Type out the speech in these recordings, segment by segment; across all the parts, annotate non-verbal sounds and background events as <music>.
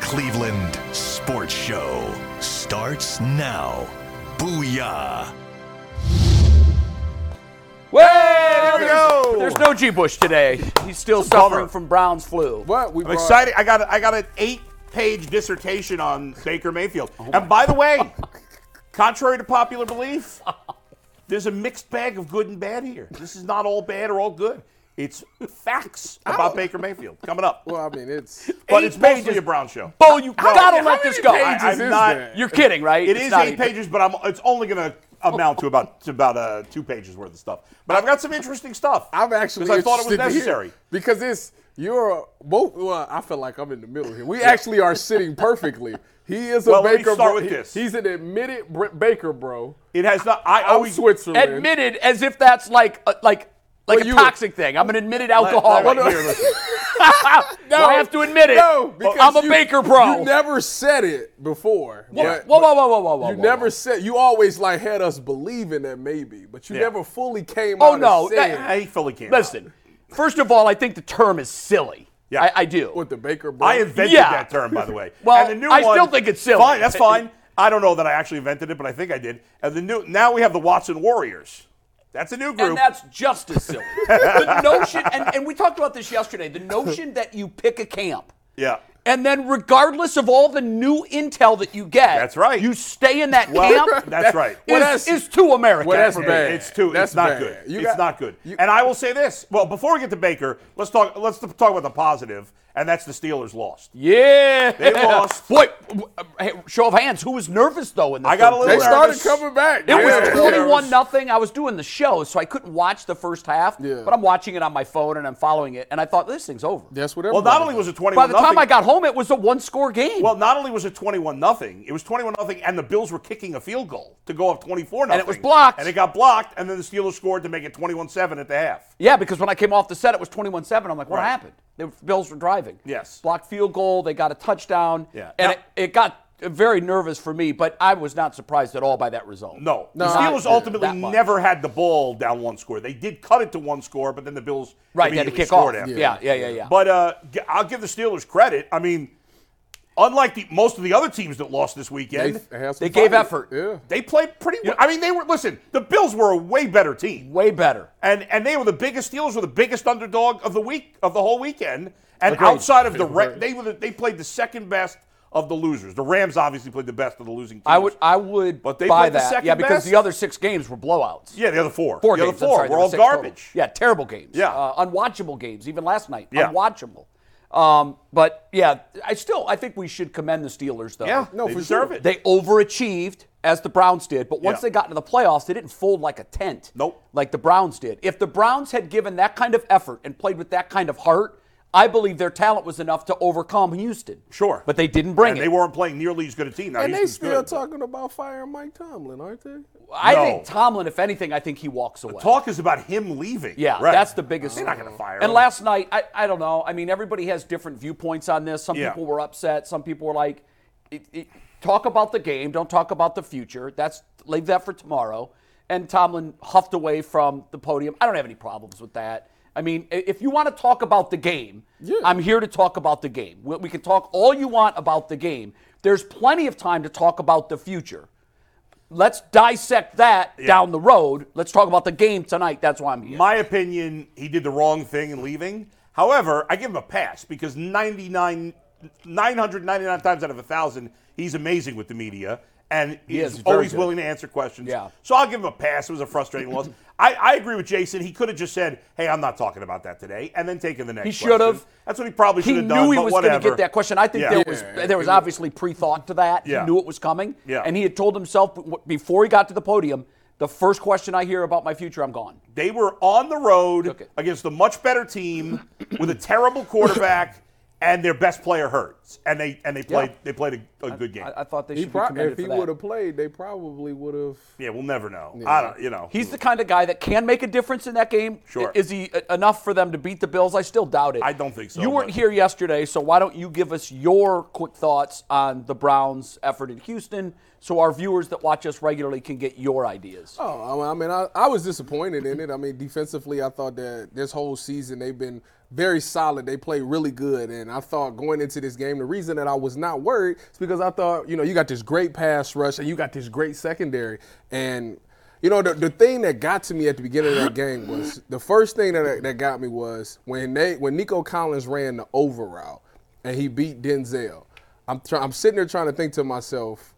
Cleveland sports show starts now. Booyah! Well, we there's, go. there's no G. Bush today. He's still bummer. suffering from Brown's flu. What? We I'm excited. I got a, I got an eight-page dissertation on Baker Mayfield. Oh and by <laughs> the way, contrary to popular belief, there's a mixed bag of good and bad here. This is not all bad or all good. It's facts about Baker Mayfield coming up. Well, I mean, it's but eight it's mostly pages. a Brown show. Bo, you gotta how let many this go. pages I- I'm is not- that? You're kidding, right? It It's is not eight even- pages, but I'm, it's only going to amount to about to about uh, two pages worth of stuff. But I've got some interesting stuff. I'm actually because I thought it was interested to hear, necessary. because it's you're both. Well, I feel like I'm in the middle here. We actually are sitting perfectly. He is a Well, let me Baker. start bro. with He- this. He's an admitted br- Baker, bro. It has not. I Out always Switzerland. Admitted as if that's like a, like like Well, a you- toxic thing. I'm an admitted All alcoholic. <laughs> right, here, listen. I have to admit it. No, because I'm a you- Baker pro. You never said it before. whoa, but- whoa, whoa, whoa, whoa, whoa, whoa. You never said. You always like had us believing that maybe, but you Yeah. never fully came. Oh, out no, and said that- I fully can't. Listen, first of all, I think the term is silly. Yeah. I, I do. with the Baker, bro. I invented Yeah. that term, by the way. <laughs> Well, and the new I still one- think it's silly. Fine, that's fine. I don't know that I actually invented it, but I think I did. And the new now we have the Watson Warriors. That's a new group. And that's just as <laughs> silly. the notion, and, and we talked about this yesterday, the notion that you pick a camp. yeah. And then, regardless of all the new intel that you get, That's right. you stay in that Well, camp. <laughs> that's right. Is, is too American. well, that's It- bad. It's too. That's it's not bad. good. You it's got- not good. you- and I will say this. Well, before we get to Baker, let's talk. Let's talk about the positive, and that's the Steelers lost. Yeah. They <laughs> lost. Boy, w- uh, hey, show of hands. Who was nervous though in the I got a third little they quarter? started nervous. coming back. It was Yeah. 21 nothing. I was doing the show, so I couldn't watch the first half. Yeah. But I'm watching it on my phone and I'm following it. And I thought this thing's over. That's what. Well, everybody not only was it By twenty-one. the time I got home, it was a one score game. Well, not only was it 21 nothing, it was 21 nothing, and the Bills were kicking a field goal to go up 24 nothing. And it was blocked. And it got blocked, and then the Steelers scored to make it 21-7 at the half. yeah, because when I came off the set, it was 21 7. I'm like, what Right. happened? The Bills were driving. Yes. Blocked field goal. They got a touchdown. Yeah. And Now- it, it got very nervous for me, but I was not surprised at all by that result. No, No, the Steelers not ultimately that much. never had the ball down one score. They did cut it to one score, but then the Bills Right, they had to immediately kick off. scored Yeah. after. yeah, yeah, yeah, yeah. But uh, g- I'll give the Steelers credit. I mean, unlike the, most of the other teams that lost this weekend, They, had some They gave fire. effort. Yeah. they played pretty. well. I mean, they were listen. The Bills were a way better team. way better. and and they were the biggest Steelers were the biggest underdog of the week of the whole weekend. And outside of the re- they were the, they played the second best of the losers. The Rams obviously played the best of the losing teams. I would, I would But they buy played the that. second yeah, because best? the other six games were blowouts. yeah, the other four, four the games. other four I'm sorry, were there all six total. garbage. Yeah, terrible games. Yeah. uh, unwatchable games. Even last night, Yeah. unwatchable. Um, but yeah, I still I think we should commend the Steelers though. yeah, No, they for deserve sure. it. They overachieved as the Browns did, but once Yeah. they got into the playoffs, they didn't fold like a tent. Nope. Like the Browns did. If the Browns had given that kind of effort and played with that kind of heart, I believe their talent was enough to overcome Houston. sure, But they didn't bring and it. they weren't playing nearly as good a team. Now And they Houston's still good. talking about firing Mike Tomlin, aren't they? I No. think Tomlin, if anything, I think he walks away. Talk is about him leaving. Yeah, right. that's the biggest. They're not going to fire him. And last night, I, I don't know. I mean, everybody has different viewpoints on this. Some Yeah. people were upset. Some people were like, it, it, "Talk about the game, don't talk about the future. That's leave that for tomorrow." And Tomlin huffed away from the podium. I don't have any problems with that. I mean, i- if you want to talk about the game, I'm here to talk about the game. We, we can talk all you want about the game. There's plenty of time to talk about the future. Let's dissect that down the road. Let's talk about the game tonight. That's why I'm here. my opinion, he did the wrong thing in leaving. However, I give him a pass because 99, 999 times out of a 1,000, he's amazing with the media and is, he's he's very always good. willing to answer questions. Yeah. So I'll give him a pass. It was a frustrating <laughs> loss. I, I agree with Jason. He could have just said, hey, I'm not talking about that today, and then taken the next He should question. have. That's what he probably should he have knew done, he but was whatever. to get that question. I think Yeah. there was Yeah. there was obviously pre-thought to that. Yeah. He knew it was coming, Yeah. and he had told himself w- before he got to the podium, the first question I hear about my future, I'm gone. They were on the road it. <coughs> against a much better team with a terrible quarterback and their best player hurt. and they and they played they played a, a good game. I, I thought they He should be pro- commended if he for that. would have played, they probably would have. yeah, we'll never know. I don't, you know. He's the kind of guy that can make a difference in that game. Sure. Is he uh, enough for them to beat the Bills? I still doubt it. I don't think so, You weren't but- here yesterday, so why don't you give us your quick thoughts on the Browns' effort in Houston so our viewers that watch us regularly can get your ideas? Oh, I mean, I, I was disappointed in it. I mean, defensively, I thought that this whole season they've been very solid. They play really good, and I thought going into this game, the reason that I was not worried is because I thought, you know, you got this great pass rush and you got this great secondary, and you know, the, the thing that got to me at the beginning of that game was the first thing that that got me was when they when Nico Collins ran the over route and he beat Denzel. I'm try, I'm sitting there trying to think to myself,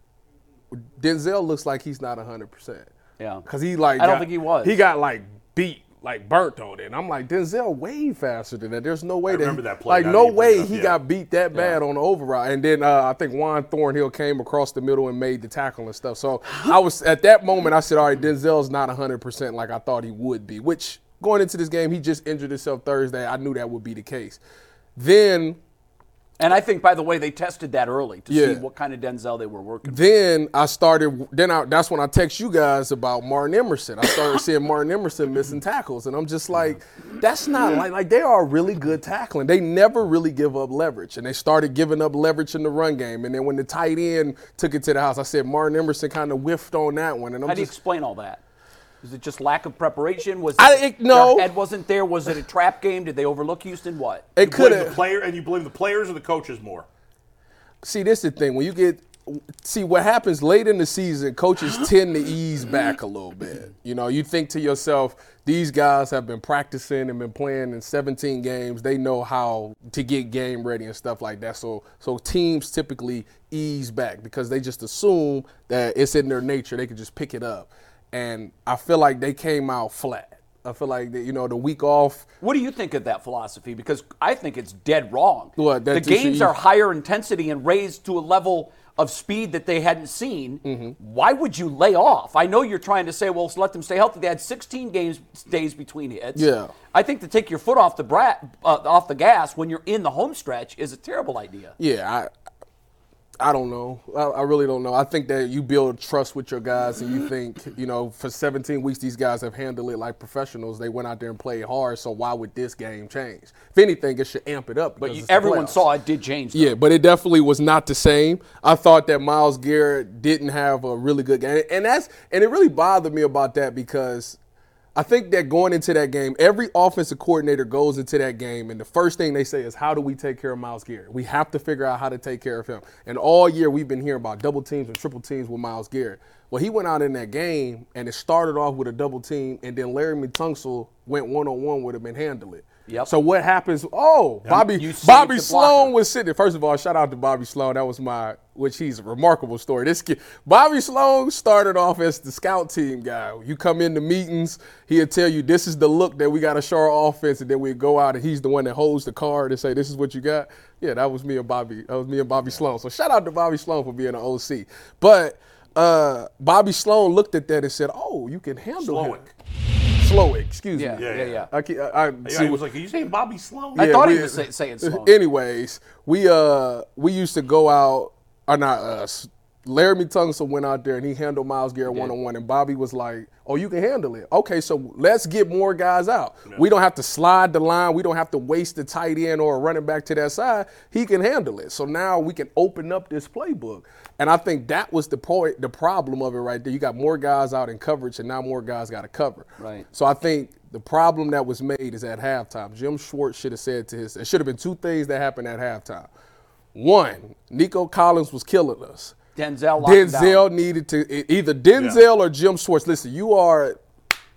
Denzel looks like he's not 100%. Yeah. Because he like I don't got- think he was. He got like beat, like burnt on it. And I'm like, Denzel way faster than that. There's no way remember that, he- that play. like Now no that you bring it way up, he yeah. got beat that bad on the override. And then uh, I think Juan Thornhill came across the middle and made the tackle and stuff. So I was at that moment I said, all right, Denzel's not 100 percent like I thought he would be. Which going into this game, he just injured himself Thursday. I knew that would be the case. Then And I think, by the way, they tested that early to see Yeah. what kind of Denzel they were working. with. then I started. Then I, that's when I text you guys about Martin Emerson. <laughs> I started seeing Martin Emerson missing tackles, and I'm just like, that's not like like they are really good tackling. They never really give up leverage, and they started giving up leverage in the run game. And then when the tight end took it to the house, I said Martin Emerson kind of whiffed on that one, and I'm How do you just explain all that? Is it just lack of preparation? Was I- it, it- no. their head wasn't there? Was it a trap game? Did they overlook Houston? What? it you blame could the have. player and you blame the players or the coaches more. See, this is the thing. When you get see what happens late in the season, coaches tend to ease back a little bit. You know, you think to yourself, these guys have been practicing and been playing in 17 games. They know how to get game ready and stuff like that. So, so teams typically ease back because they just assume that it's in their nature. They can just pick it up. And I feel like they came out flat. I feel like that, you know the week off. What do you think of that philosophy? Because I think it's dead wrong. What, that the they should games use- are higher intensity and raised to a level of speed that they hadn't seen. Mm-hmm. Why would you lay off? I know you're trying to say, well, let them stay healthy. They had 16 games days between hits. Yeah. I think to take your foot off the bra- uh, off the gas when you're in the home stretch is a terrible idea. Yeah, I, I don't know. I, I really don't know. I think that you build trust with your guys, and you think, you know, for 17 weeks these guys have handled it like professionals. They went out there and played hard. So why would this game change? If anything, it should amp it up. But you, everyone saw it did change. though. Yeah, but it definitely was not the same. I thought that Miles Garrett didn't have a really good game, and that's and it really bothered me about that because I think that going into that game, every offensive coordinator goes into that game, and the first thing they say is, "How do we take care of Miles Garrett? We have to figure out how to take care of him." And all year we've been hearing about double teams and triple teams with Miles Garrett. Well, he went out in that game, and it started off with a double team, and then Larry Tunsil went one on one with him and handled it. Yep. So what happens? Oh, you Bobby saved Bobby the Sloan blocker. was sitting. First of all, shout out to Bobby Sloan. That was my, which he's a remarkable story. This kid, Bobby Sloan started off as the scout team guy. You come into meetings, he'll tell you this is the look that we got to show our offense, and then we go out and he's the one that holds the card and say this is what you got. Yeah, that was me and Bobby. That was me and Bobby Sloan. So shout out to Bobby Sloan for being an OC. But uh, Bobby Sloan looked at that and said, "Oh, you can handle him." Slowick. Slowick, excuse yeah, me. yeah, Yeah, yeah. yeah. I, can't- I, I Yeah, see he what- was like, "Are you saying Bobby Sloan?" I thought he we- was say, <laughs> saying slow. Anyways, we uh we used to go out uh, or not us. Laramie Tunsil went out there and he handled Miles Garrett one on one, and Bobby was like, "Oh, you can handle it. Okay, so let's get more guys out. We don't have to slide the line. We don't have to waste the tight end or a running back to that side. He can handle it. So now we can open up this playbook." And I think that was the point, the problem of it right there. You got more guys out in coverage, and now more guys got to cover. Right. So I think the problem that was made is at halftime. Jim Schwartz should have said to his. It should have been two things that happened at halftime. One, Nico Collins was killing us. Denzel locked him down. Denzel needed to e- either Denzel or Jim Schwartz. Listen, you are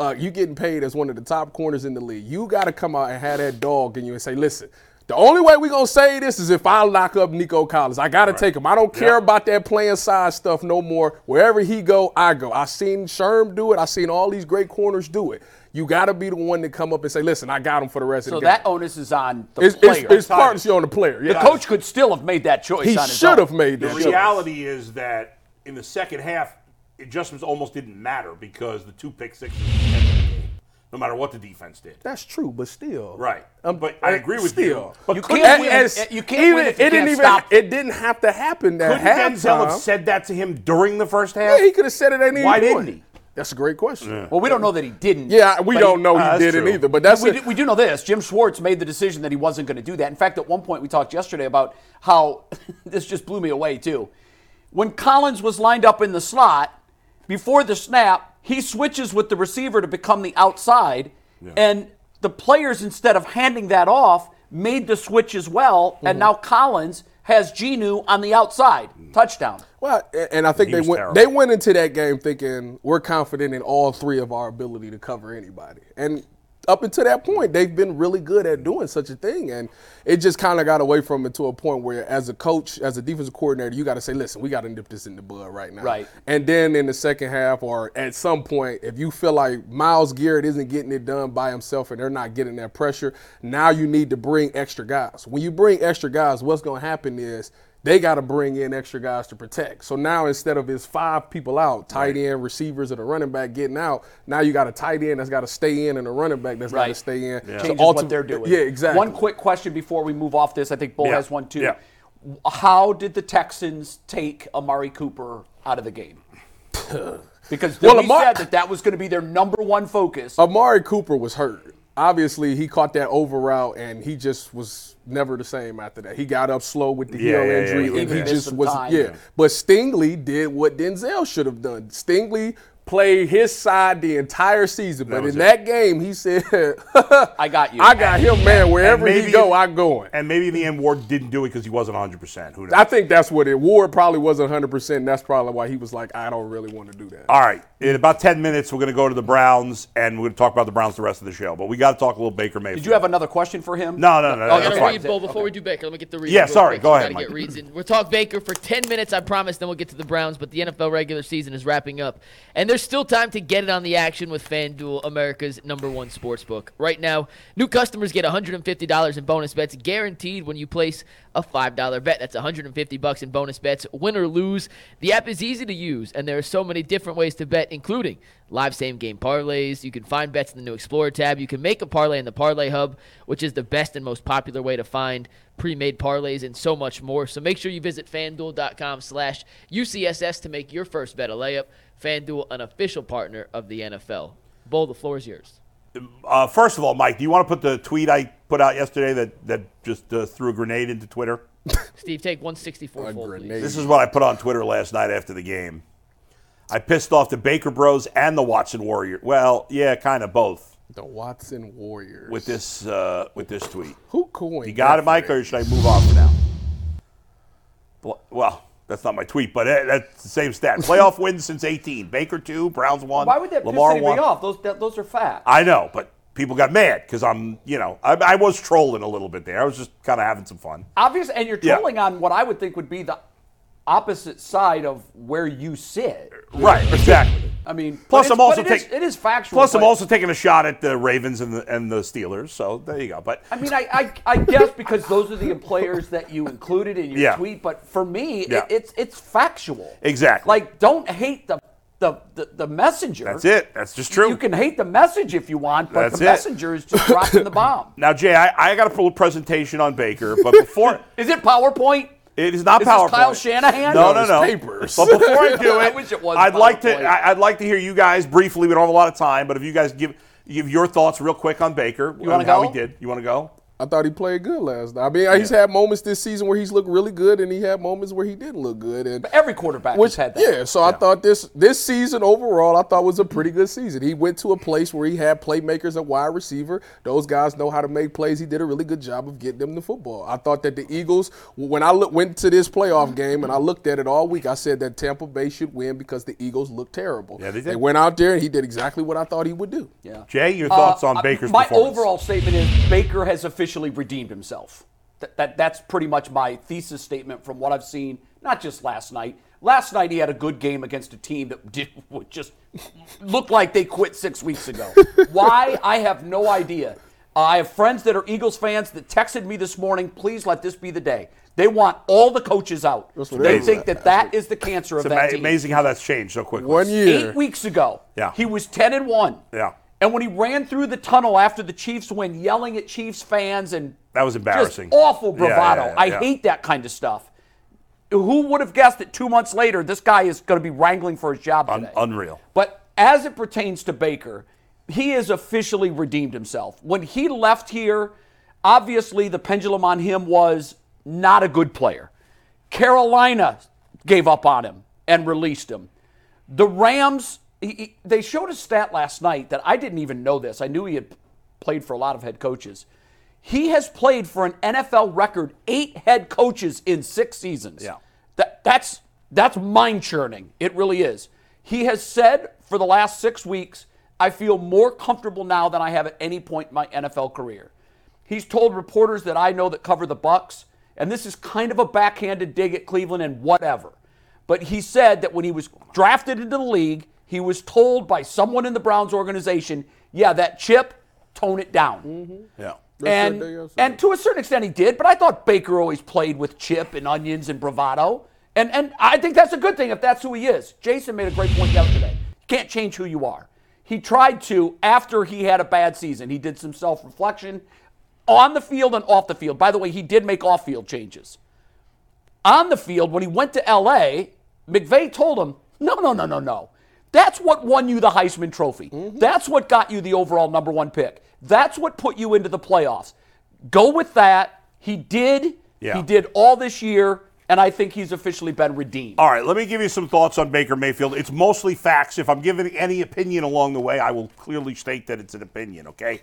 uh, you getting paid as one of the top corners in the league. You got to come out and have that dog in you and say, listen. The only way we're gonna say this is if I lock up Nico Collins. I gotta take him. I don't care about that playing side stuff no more. Wherever he go, I go. I seen Sherm do it. I seen all these great corners do it. You gotta be the one to come up and say, listen, I got him for the rest So of the game. that onus is on the it's, player. it's, it's partly on the player. Yeah. Coach could still have made that choice. he on his own. should have made The that. reality is that in the second half, adjustments almost didn't matter because the two pick sixes. no matter what the defense did. That's true, but still. Right. Um, But I agree with still, you. But you couldn't can't, win- as- you can't win if you it didn't can't even, stop. It didn't have to happen that Couldn't Denzel have said that to him during the first half? yeah, he could have said it. Ain't Why even didn't doing it. he? That's a great question. Yeah, Well, we don't know that he didn't. I- we but don't know uh, he that's didn't true. either, but that's we, a- do, we do know this. Jim Schwartz made the decision that he wasn't going to do that. In fact, at one point we talked yesterday about how <laughs> this just blew me away too. When Collins was lined up in the slot before the snap, he switches with the receiver to become the outside, and the players instead of handing that off made the switch as well, Mm-hmm. and now Collins has Genu on the outside touchdown. Well, a- and I think He they was went terrible. they went into that game thinking we're confident in all three of our ability to cover anybody. And up until that point, they've been really good at doing such a thing. And it just kind of got away from it to a point where, as a coach, as a defensive coordinator, you got to say, listen, we got to nip this in the bud right now. Right. And then in the second half, or at some point, if you feel like Miles Garrett isn't getting it done by himself and they're not getting that pressure, now you need to bring extra guys. When you bring extra guys, what's going to happen is they got to bring in extra guys to protect. So now instead of it's five people out, tight end, receivers, and a running back getting out, now you got a tight end that's got to stay in and a running back that's got to Right. stay in. So changes ulti- what they're doing. Yeah, exactly. One quick question before we move off this. I think Bull Yeah. has one too. Yeah. How did the Texans take Amari Cooper out of the <laughs> game? Because Well, we Amar- said that that was going to be their number one Oh. focus. Amari Cooper was hurt. Obviously, he caught that over route and he just was never the same after that. He got up slow with the Yeah, heel yeah, yeah, injury he was and he missed just some was time. yeah. But Stingley did what Denzel should have done. Stingley played his side the entire season, but was in it. that game he said, I got you. <laughs> I got him, man. Wherever maybe- he go, I going." And maybe in the end, Ward didn't do it because he wasn't 100%. Who knows? I think that's what it. Ward probably wasn't 100. percent That's probably why he was like, "I don't really want to do that." All right. In about 10 minutes, we're going to go to the Browns, and we're going to talk about the Browns the rest of the show. But we got to talk a little Baker Mayfield. Did you have another question for him? No, no, no. no I that's got a fine. read, Bo, before we do Baker. Let me get the read. Yeah, real sorry, quick. go I ahead, Gotta get Mike. reads in. We'll talk Baker for 10 minutes, I promise, then we'll get to the Browns. But the NFL regular season is wrapping up, and there's still time to get it on the action with FanDuel, America's number one sports book. Right now, new customers get $150 in bonus bets guaranteed when you place a $5 bet. That's 150 bucks in bonus bets, win or lose. The app is easy to use, and there are so many different ways to bet, including live same game parlays. You can find bets in the new Explorer tab. You can make a parlay in the Parlay Hub, which is the best and most popular way to find pre-made parlays and so much more. So make sure you visit fanduel.com slash UCSS to make your first bet a layup. FanDuel, an official partner of the NFL. Bull, the floor is yours. Uh, first of all, Mike, do you want to put the tweet I put out yesterday that, that just uh, threw a grenade into Twitter? Steve, take 164 A full, please. grenade. This is what I put on Twitter last night after the game. I pissed off the Baker Bros and the Watson Warrior. Well, yeah, kind of both The Watson Warriors. with this uh, with this tweet. who coined? You got that it, Mike, phrase? or should I move on for now? Bl- Well, that's not my tweet, but eh, that's the same stat. Playoff wins since 18. Baker two, Browns one. Why would that Lamar piss anybody one. off? Those that, those are facts. I know, but people got mad because I'm, you know, I, I was trolling a little bit there. I was just kind of having some fun. Obviously, and you're Yeah. trolling on what I would think would be the opposite side of where you sit. Right, exactly. I mean, Plus, but I'm it's- also but it is- taking it is factual. Plus, I'm but- also taking a shot at the Ravens and the and the Steelers. So there you go. But I mean, I, I, I guess because those are the players that you included in your Yeah. tweet, but for me, Yeah. it, it's it's factual. Exactly. Like, don't hate the the, the, the messenger. that's it. That's just true. You can hate the message if you want, but That's the it. messenger is just dropping the <laughs> bomb. now, Jay, I, I got a full presentation on Baker, <laughs> but before Is it PowerPoint? it is not Is this PowerPoint. Kyle Shanahan? No, No, no, it's no. papers. But before I do it, <laughs> I wish it was I'd like to. PowerPoint. I, I'd like to hear you guys briefly. We don't have a lot of time, but if you guys give give your thoughts real quick on Baker, you wanna how go? he did. You want to go? I thought he played good last night. I mean, he's had moments this season where he's looked really good, and he had moments where he didn't look good. And Every quarterback which has had that. yeah, so I thought this this season overall, I thought was a pretty good season. He went to a place where he had playmakers and wide receiver. Those guys know how to make plays. He did a really good job of getting them the football. I thought that the Eagles, when I look, went to this playoff game and I looked at it all week, I said that Tampa Bay should win because the Eagles looked terrible. Yeah, they did. They went out there and he did exactly what I thought he would do. Yeah. Jay, your thoughts on Uh, Baker's my performance? overall statement is Baker has officially redeemed himself. That, that that's pretty much my thesis statement from what I've seen. Not just last night. Last night he had a good game against a team that <laughs> did, would just looked like they quit six weeks <laughs> ago. Why I have no idea. Uh, I have friends that are Eagles fans that texted me this morning. Please let this be the day. They want all the coaches out. what They it is. think that that is the cancer of It's that ama- team. amazing how that's changed so quickly. One year. Eight weeks ago, Yeah. he was ten and one. Yeah. And when he ran through the tunnel after the Chiefs win, yelling at Chiefs fans and That was embarrassing. just awful Yeah, yeah, bravado. yeah, yeah. I hate that kind of stuff. Who would have guessed that two months later this guy is going to be wrangling for his job Un- today? unreal. But as it pertains to Baker, he has officially redeemed himself. When he left here, obviously the pendulum on him was not a good player. Carolina gave up on him and released him. The Rams, he- he- they showed a stat last night that I didn't even know this. I knew he had played for a lot of head coaches. He has played for an NFL record eight head coaches in six seasons. Yeah. That, that's that's mind churning. It really is. He has said for the last six weeks, I feel more comfortable now than I have at any point in my NFL career. He's told reporters that I know that cover the Bucks, and this is kind of a backhanded dig at Cleveland and whatever. But he said that when he was drafted into the league, he was told by someone in the Browns organization, yeah, that chip, tone it down. Yeah. what they And, also and to a certain extent he did, but I thought Baker always played with chip and onions and bravado. And and I think that's a good thing if that's who he is. Jason made a great point yesterday. You can't change who you are. He tried to after he had a bad season. He did some self-reflection on the field and off the field. By the way, he did make off-field changes. On the field, when he went to LA, McVay told him, no, no, no, no, no. That's what won you the Heisman Trophy. Mm-hmm. That's what got you the overall number one pick. That's what put you into the playoffs. Go with that. He did. Yeah. He did all this year, and I think he's officially been redeemed. All right, let me give you some thoughts on Baker Mayfield. It's mostly facts. If I'm giving any opinion along the way, I will clearly state that it's an opinion, okay?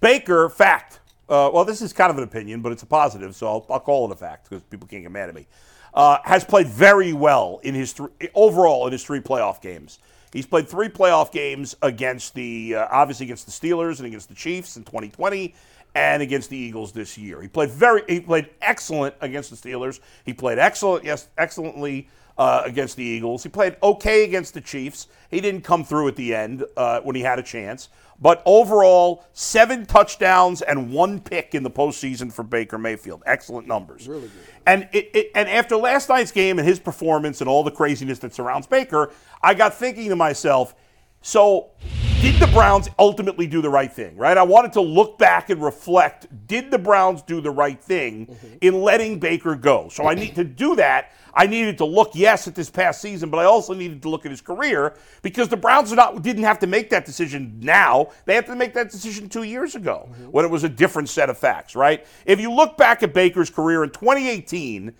Baker, fact. Uh, well, this is kind of an opinion, but it's a positive, so I'll, I'll call it a fact because people can't get mad at me. Uh, has played very well in his three, overall in his three playoff games. He's played three playoff games against the uh, obviously against the Steelers and against the Chiefs in 2020 and against the Eagles this year. He played very he played excellent against the Steelers. He played excellent yes excellently uh, against the Eagles. He played okay against the Chiefs. He didn't come through at the end uh, when he had a chance. But overall, seven touchdowns and one pick in the postseason for Baker Mayfield. Excellent numbers. Really good. And it, it and after last night's game and his performance and all the craziness that surrounds Baker, I got thinking to myself, so did the Browns ultimately do the right thing, right? I wanted to look back and reflect, did the Browns do the right thing in letting Baker go? So I need to do that. I needed to look, yes, at this past season, but I also needed to look at his career because the Browns are not, didn't have to make that decision now. They had to make that decision two years ago when it was a different set of facts, right? If you look back at Baker's career in 2018,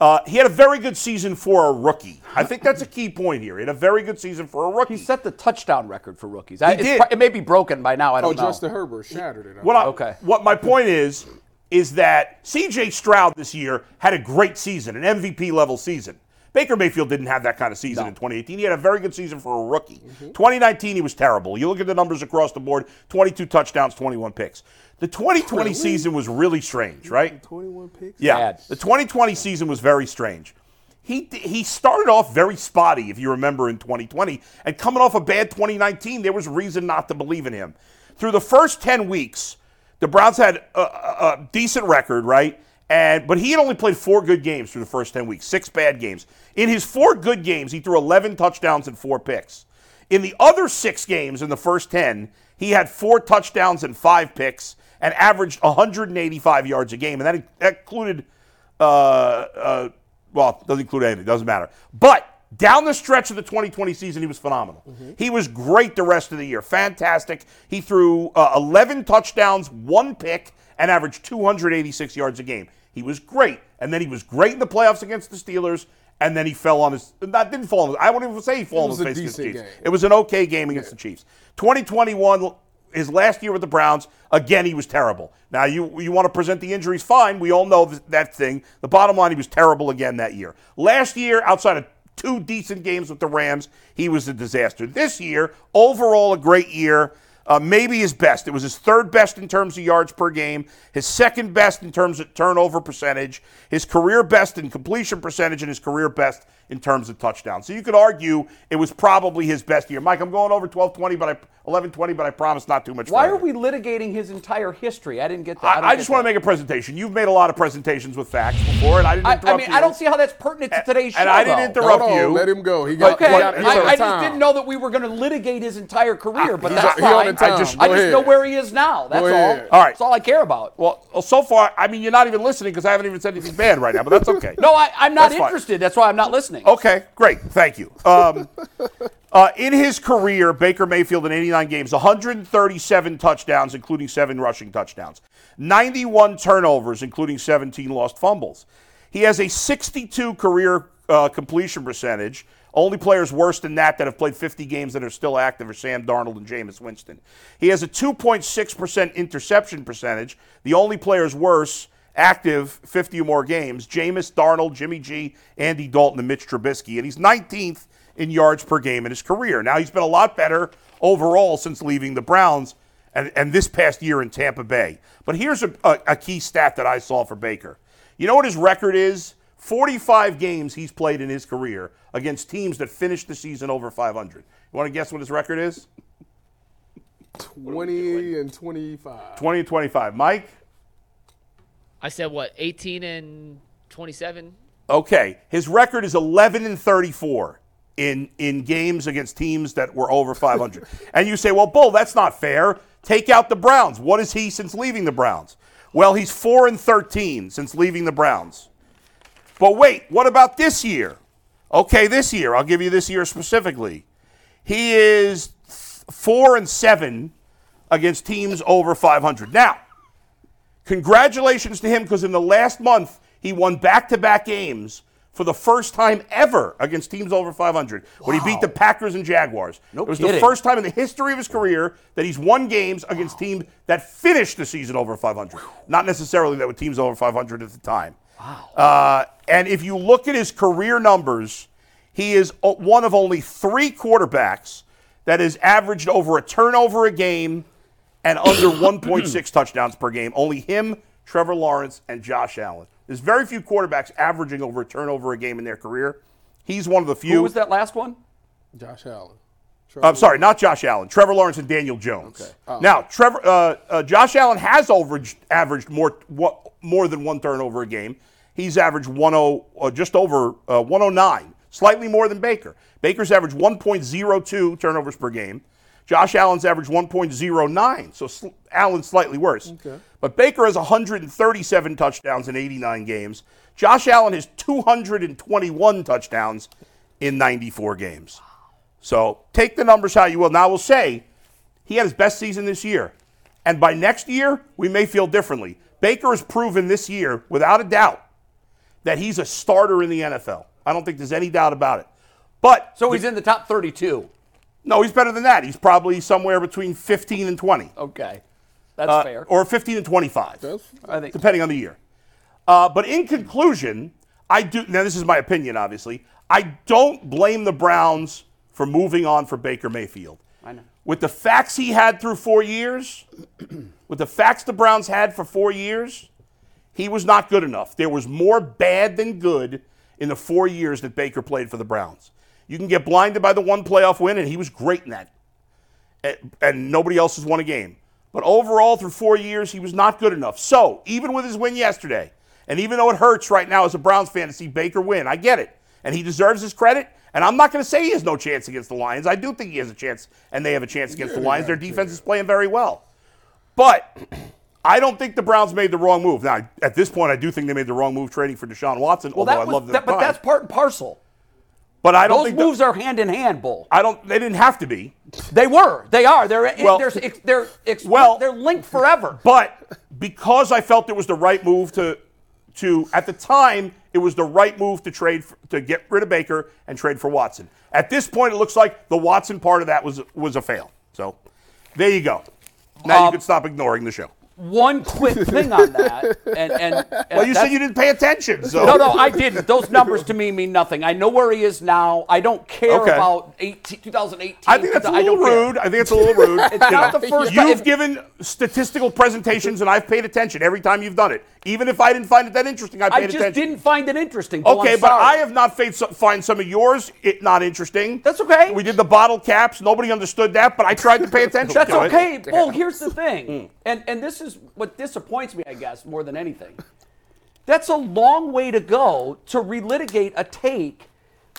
uh, he had a very good season for a rookie. I think that's a key point here. He had a very good season for a rookie. He set the touchdown record for rookies. I, it's did. pro- it may be broken by now. I Oh, don't know. Justin Herbert shattered it. I What I, Okay. What my point is is that C.J. Stroud this year had a great season, an MVP level season. Baker Mayfield didn't have that kind of season in 2018. He had a very good season for a rookie. 2019, he was terrible. You look at the numbers across the board: 22 touchdowns, 21 picks. The 2020 season was really strange, right? 21 picks. Yeah. Bad. The 2020 season was very strange. He he started off very spotty, if you remember, in 2020, and coming off a bad 2019, there was reason not to believe in him. Through the first 10 weeks, the Browns had a, a- a decent record, right? And but he had only played four good games through the first 10 weeks, six bad games. In his four good games, he threw 11 touchdowns and four picks. In the other six games in the first 10, he had four touchdowns and five picks and averaged 185 yards a game. And that, that included, uh, uh, well, doesn't include anything, doesn't matter. But down the stretch of the 2020 season, he was phenomenal. Mm-hmm. He was great the rest of the year, fantastic. He threw uh, 11 touchdowns, one pick, and averaged 286 yards a game. He was great. And then he was great in the playoffs against the Steelers. And then he fell on his, not didn't fall on his, I wouldn't even say he fell on his was a face against the decent Chiefs. game. It was an okay game against the Chiefs. 2021, his last year with the Browns, again he was terrible. Now you you want to present the injuries, fine. We all know th- that thing. The bottom line, he was terrible again that year. Last year, outside of two decent games with the Rams, he was a disaster. This year, overall, a great year. Uh, maybe his best. It was his third best in terms of yards per game, his second best in terms of turnover percentage, his career best in completion percentage, and his career best in terms of touchdowns. So you could argue it was probably his best year. Mike, I'm going over 1220, but I 1120, but I promise not too much. Why further. are we litigating his entire history? I didn't get that. I, I just want to to make a presentation. You've made a lot of presentations with facts before, and I didn't I, interrupt I mean, you. I don't see how that's pertinent to today's show. and I didn't though. interrupt Hold on, you. let him go. He got, Okay, he got, he I, got I just time. didn't know that we were going to litigate his entire career, but He's that's on- he fine. on a had time. I just- Go I just ahead. know where he is now. That's Go all. ahead. All right. That's all I care about. Well, well, so far, I mean, you're not even listening because I haven't even said anything bad right now, but <laughs> that's okay. No, I, I'm not That's fine. interested. That's why I'm not listening. Okay, great. Thank you. Um, <laughs> uh, in his career, Baker Mayfield in 89 games, 137 touchdowns, including seven rushing touchdowns, 91 turnovers, including 17 lost fumbles. He has a 62 career uh, completion percentage. Only players worse than that that have played 50 games that are still active are Sam Darnold and Jameis Winston. He has a 2.6% interception percentage. The only players worse active 50 or more games. Jameis, Darnold, Jimmy G, Andy Dalton, and Mitch Trubisky. And he's 19th in yards per game in his career. Now, he's been a lot better overall since leaving the Browns and, and this past year in Tampa Bay. But here's a, a, a key stat that I saw for Baker. You know what his record is? 45 games he's played in his career against teams that finished the season over 500. You want to guess what his record is? 20 and 25. 20 and 25. Mike? I said what? 18 and 27. Okay, his record is 11 and 34 in in games against teams that were over 500. and you say, "Well, Bull, that's not fair. Take out the Browns. What is he since leaving the Browns?" Well, he's 4 and 13 since leaving the Browns. But wait, what about this year? Okay, this year, I'll give you this year specifically. He is th- 4 and 7 against teams over 500. Now, Congratulations to him because in the last month, he won back to back games for the first time ever against teams over 500 when he beat the Packers and Jaguars. it was the kidding. first time in the history of his career that he's won games against teams that finished the season over 500. Not necessarily that were teams over 500 at the time. Wow. Uh, and if you look at his career numbers, he is o- one of only three quarterbacks that has averaged over a turnover a game <coughs> and under 1.6 touchdowns per game. Only him, Trevor Lawrence, and Josh Allen. There's very few quarterbacks averaging over a turnover a game in their career. He's one of the few. Who was that last one? Josh Allen. I'm Uh, sorry, not Josh Allen. Trevor Lawrence and Daniel Jones. Now, Trevor, uh, uh, Josh Allen has averaged averaged more what, more than one turnover a game. He's averaged 10, uh, just over uh, 109, slightly more than Baker. Baker's averaged 1.02 turnovers per game. Josh Allen's averaged 1.09, so sl- Allen's slightly worse. But Baker has 137 touchdowns in 89 games. Josh Allen has 221 touchdowns in 94 games. So take the numbers how you will. Now I will say he had his best season this year. And by next year, we may feel differently. Baker has proven this year, without a doubt, that he's a starter in the NFL. I don't think there's any doubt about it. But So he's in the top 32. no, he's better than that. He's probably somewhere between 15 and 20, Okay, that's uh, fair. or 15 and 25 I think depending on the year. Uh, but in conclusion, I do. Now, this is my opinion, obviously. I don't blame the Browns for moving on for Baker Mayfield. I know. With the facts he had through four years, <clears throat> with the facts the Browns had for four years, he was not good enough. There was more bad than good in the four years that Baker played for the Browns. You can get blinded by the one playoff win, and he was great in that and, and nobody else has won a game. But overall, through four years, he was not good enough. So, even with his win yesterday, and even though it hurts right now as a Browns fan to see Baker win, I get it. And he deserves his credit. And I'm not going to say he has no chance against the Lions. I do think he has a chance, and they have a chance against the Lions. Their defense is playing very well. But I don't think the Browns made the wrong move. Now, at this point, I do think they made the wrong move trading for Deshaun Watson, Well, although that I was, love them. that, at but the time. that's part and parcel. but I don't Those think the- moves are hand in hand, Bull. I don't. They didn't have to be. They were. They are. They're Well- they're they're, ex- Well- they're linked forever. But because I felt it was the right move to, to at the time it was the right move to trade for, to get rid of Baker and trade for Watson. At this point, it looks like the Watson part of that was was a fail. So, there you go. Now you Um, can stop ignoring the show. One quick thing on that, and and, and Well, you that's- said you didn't pay attention. So No, no, I didn't. Those numbers to me mean nothing. I know where he is now. I don't care Okay. about 18, 2018. I think that's a I little don't care. rude. I think it's a little rude. <laughs> It's You not know, the first time- You've if- given statistical presentations, and I've paid attention every time you've done it. Even if I didn't find it that interesting, I paid I just attention. didn't find it interesting. Bill. Okay, Oh, I'm but sorry. I have not fa- find some of yours it not interesting. That's okay. We did the bottle caps. Nobody understood that, but I tried <laughs> to pay attention. That's to it. Hmm. okay. Well, here's the thing, and and this is what disappoints me, I guess, more than anything. That's a long way to go to relitigate a take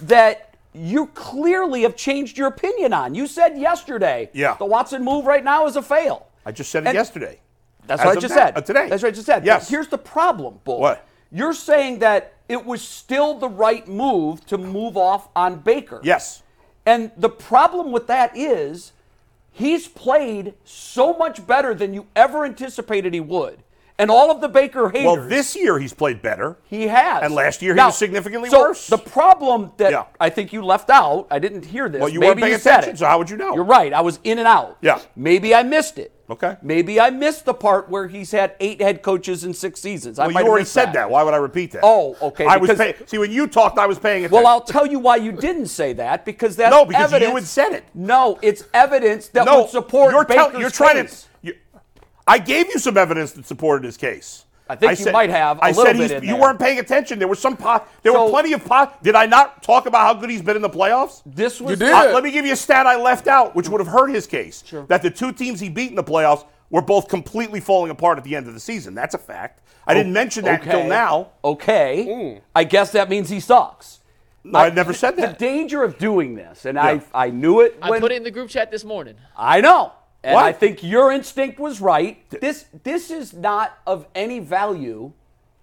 that you clearly have changed your opinion on. You said yesterday Yeah. the Watson move right now is a fail. I just said it And- yesterday. That's As what I of just now- said. uh, today. That's what I just said. But Yes. here's the problem, Bull. What? You're saying that it was still the right move to move off on Baker. Yes. And the problem with that is he's played so much better than you ever anticipated he would. And all of the Baker haters. Well, this year he's played better. He has. And last year he was significantly so worse. The problem that Yeah. I think you left out, I didn't hear this. Well, you Maybe weren't paying you said attention, it. so how would you know? You're right. I was in and out. Yeah. Maybe I missed it. Okay. Maybe I missed the part where he's had eight head coaches in six seasons. I Well, might you have already missed said that. Why would I repeat that? Oh, okay, I was because- paying. See, when you talked, I was paying attention. Well, I'll tell you why you didn't say that because that's No, because you evidence. had said it. No, it's evidence that no would support you're tell- Baker's you're trying case. to. You, I gave you some evidence that supported his case. I think you might have a I little said bit he's, in you there. weren't paying attention. There was some pot. There So- were plenty of pot. Did I not talk about how good he's been in the playoffs? This was did. Uh, let me give you a stat I left out, which would have hurt his case. That the two teams he beat in the playoffs were both completely falling apart at the end of the season. That's a fact. I didn't mention that until Oh, Okay. now. Okay. I guess that means he sucks. No, I never said The that. danger of doing this, and Yeah. I I knew it I when put it in the group chat this morning. I know. And What? I think your instinct was right. This this is not of any value,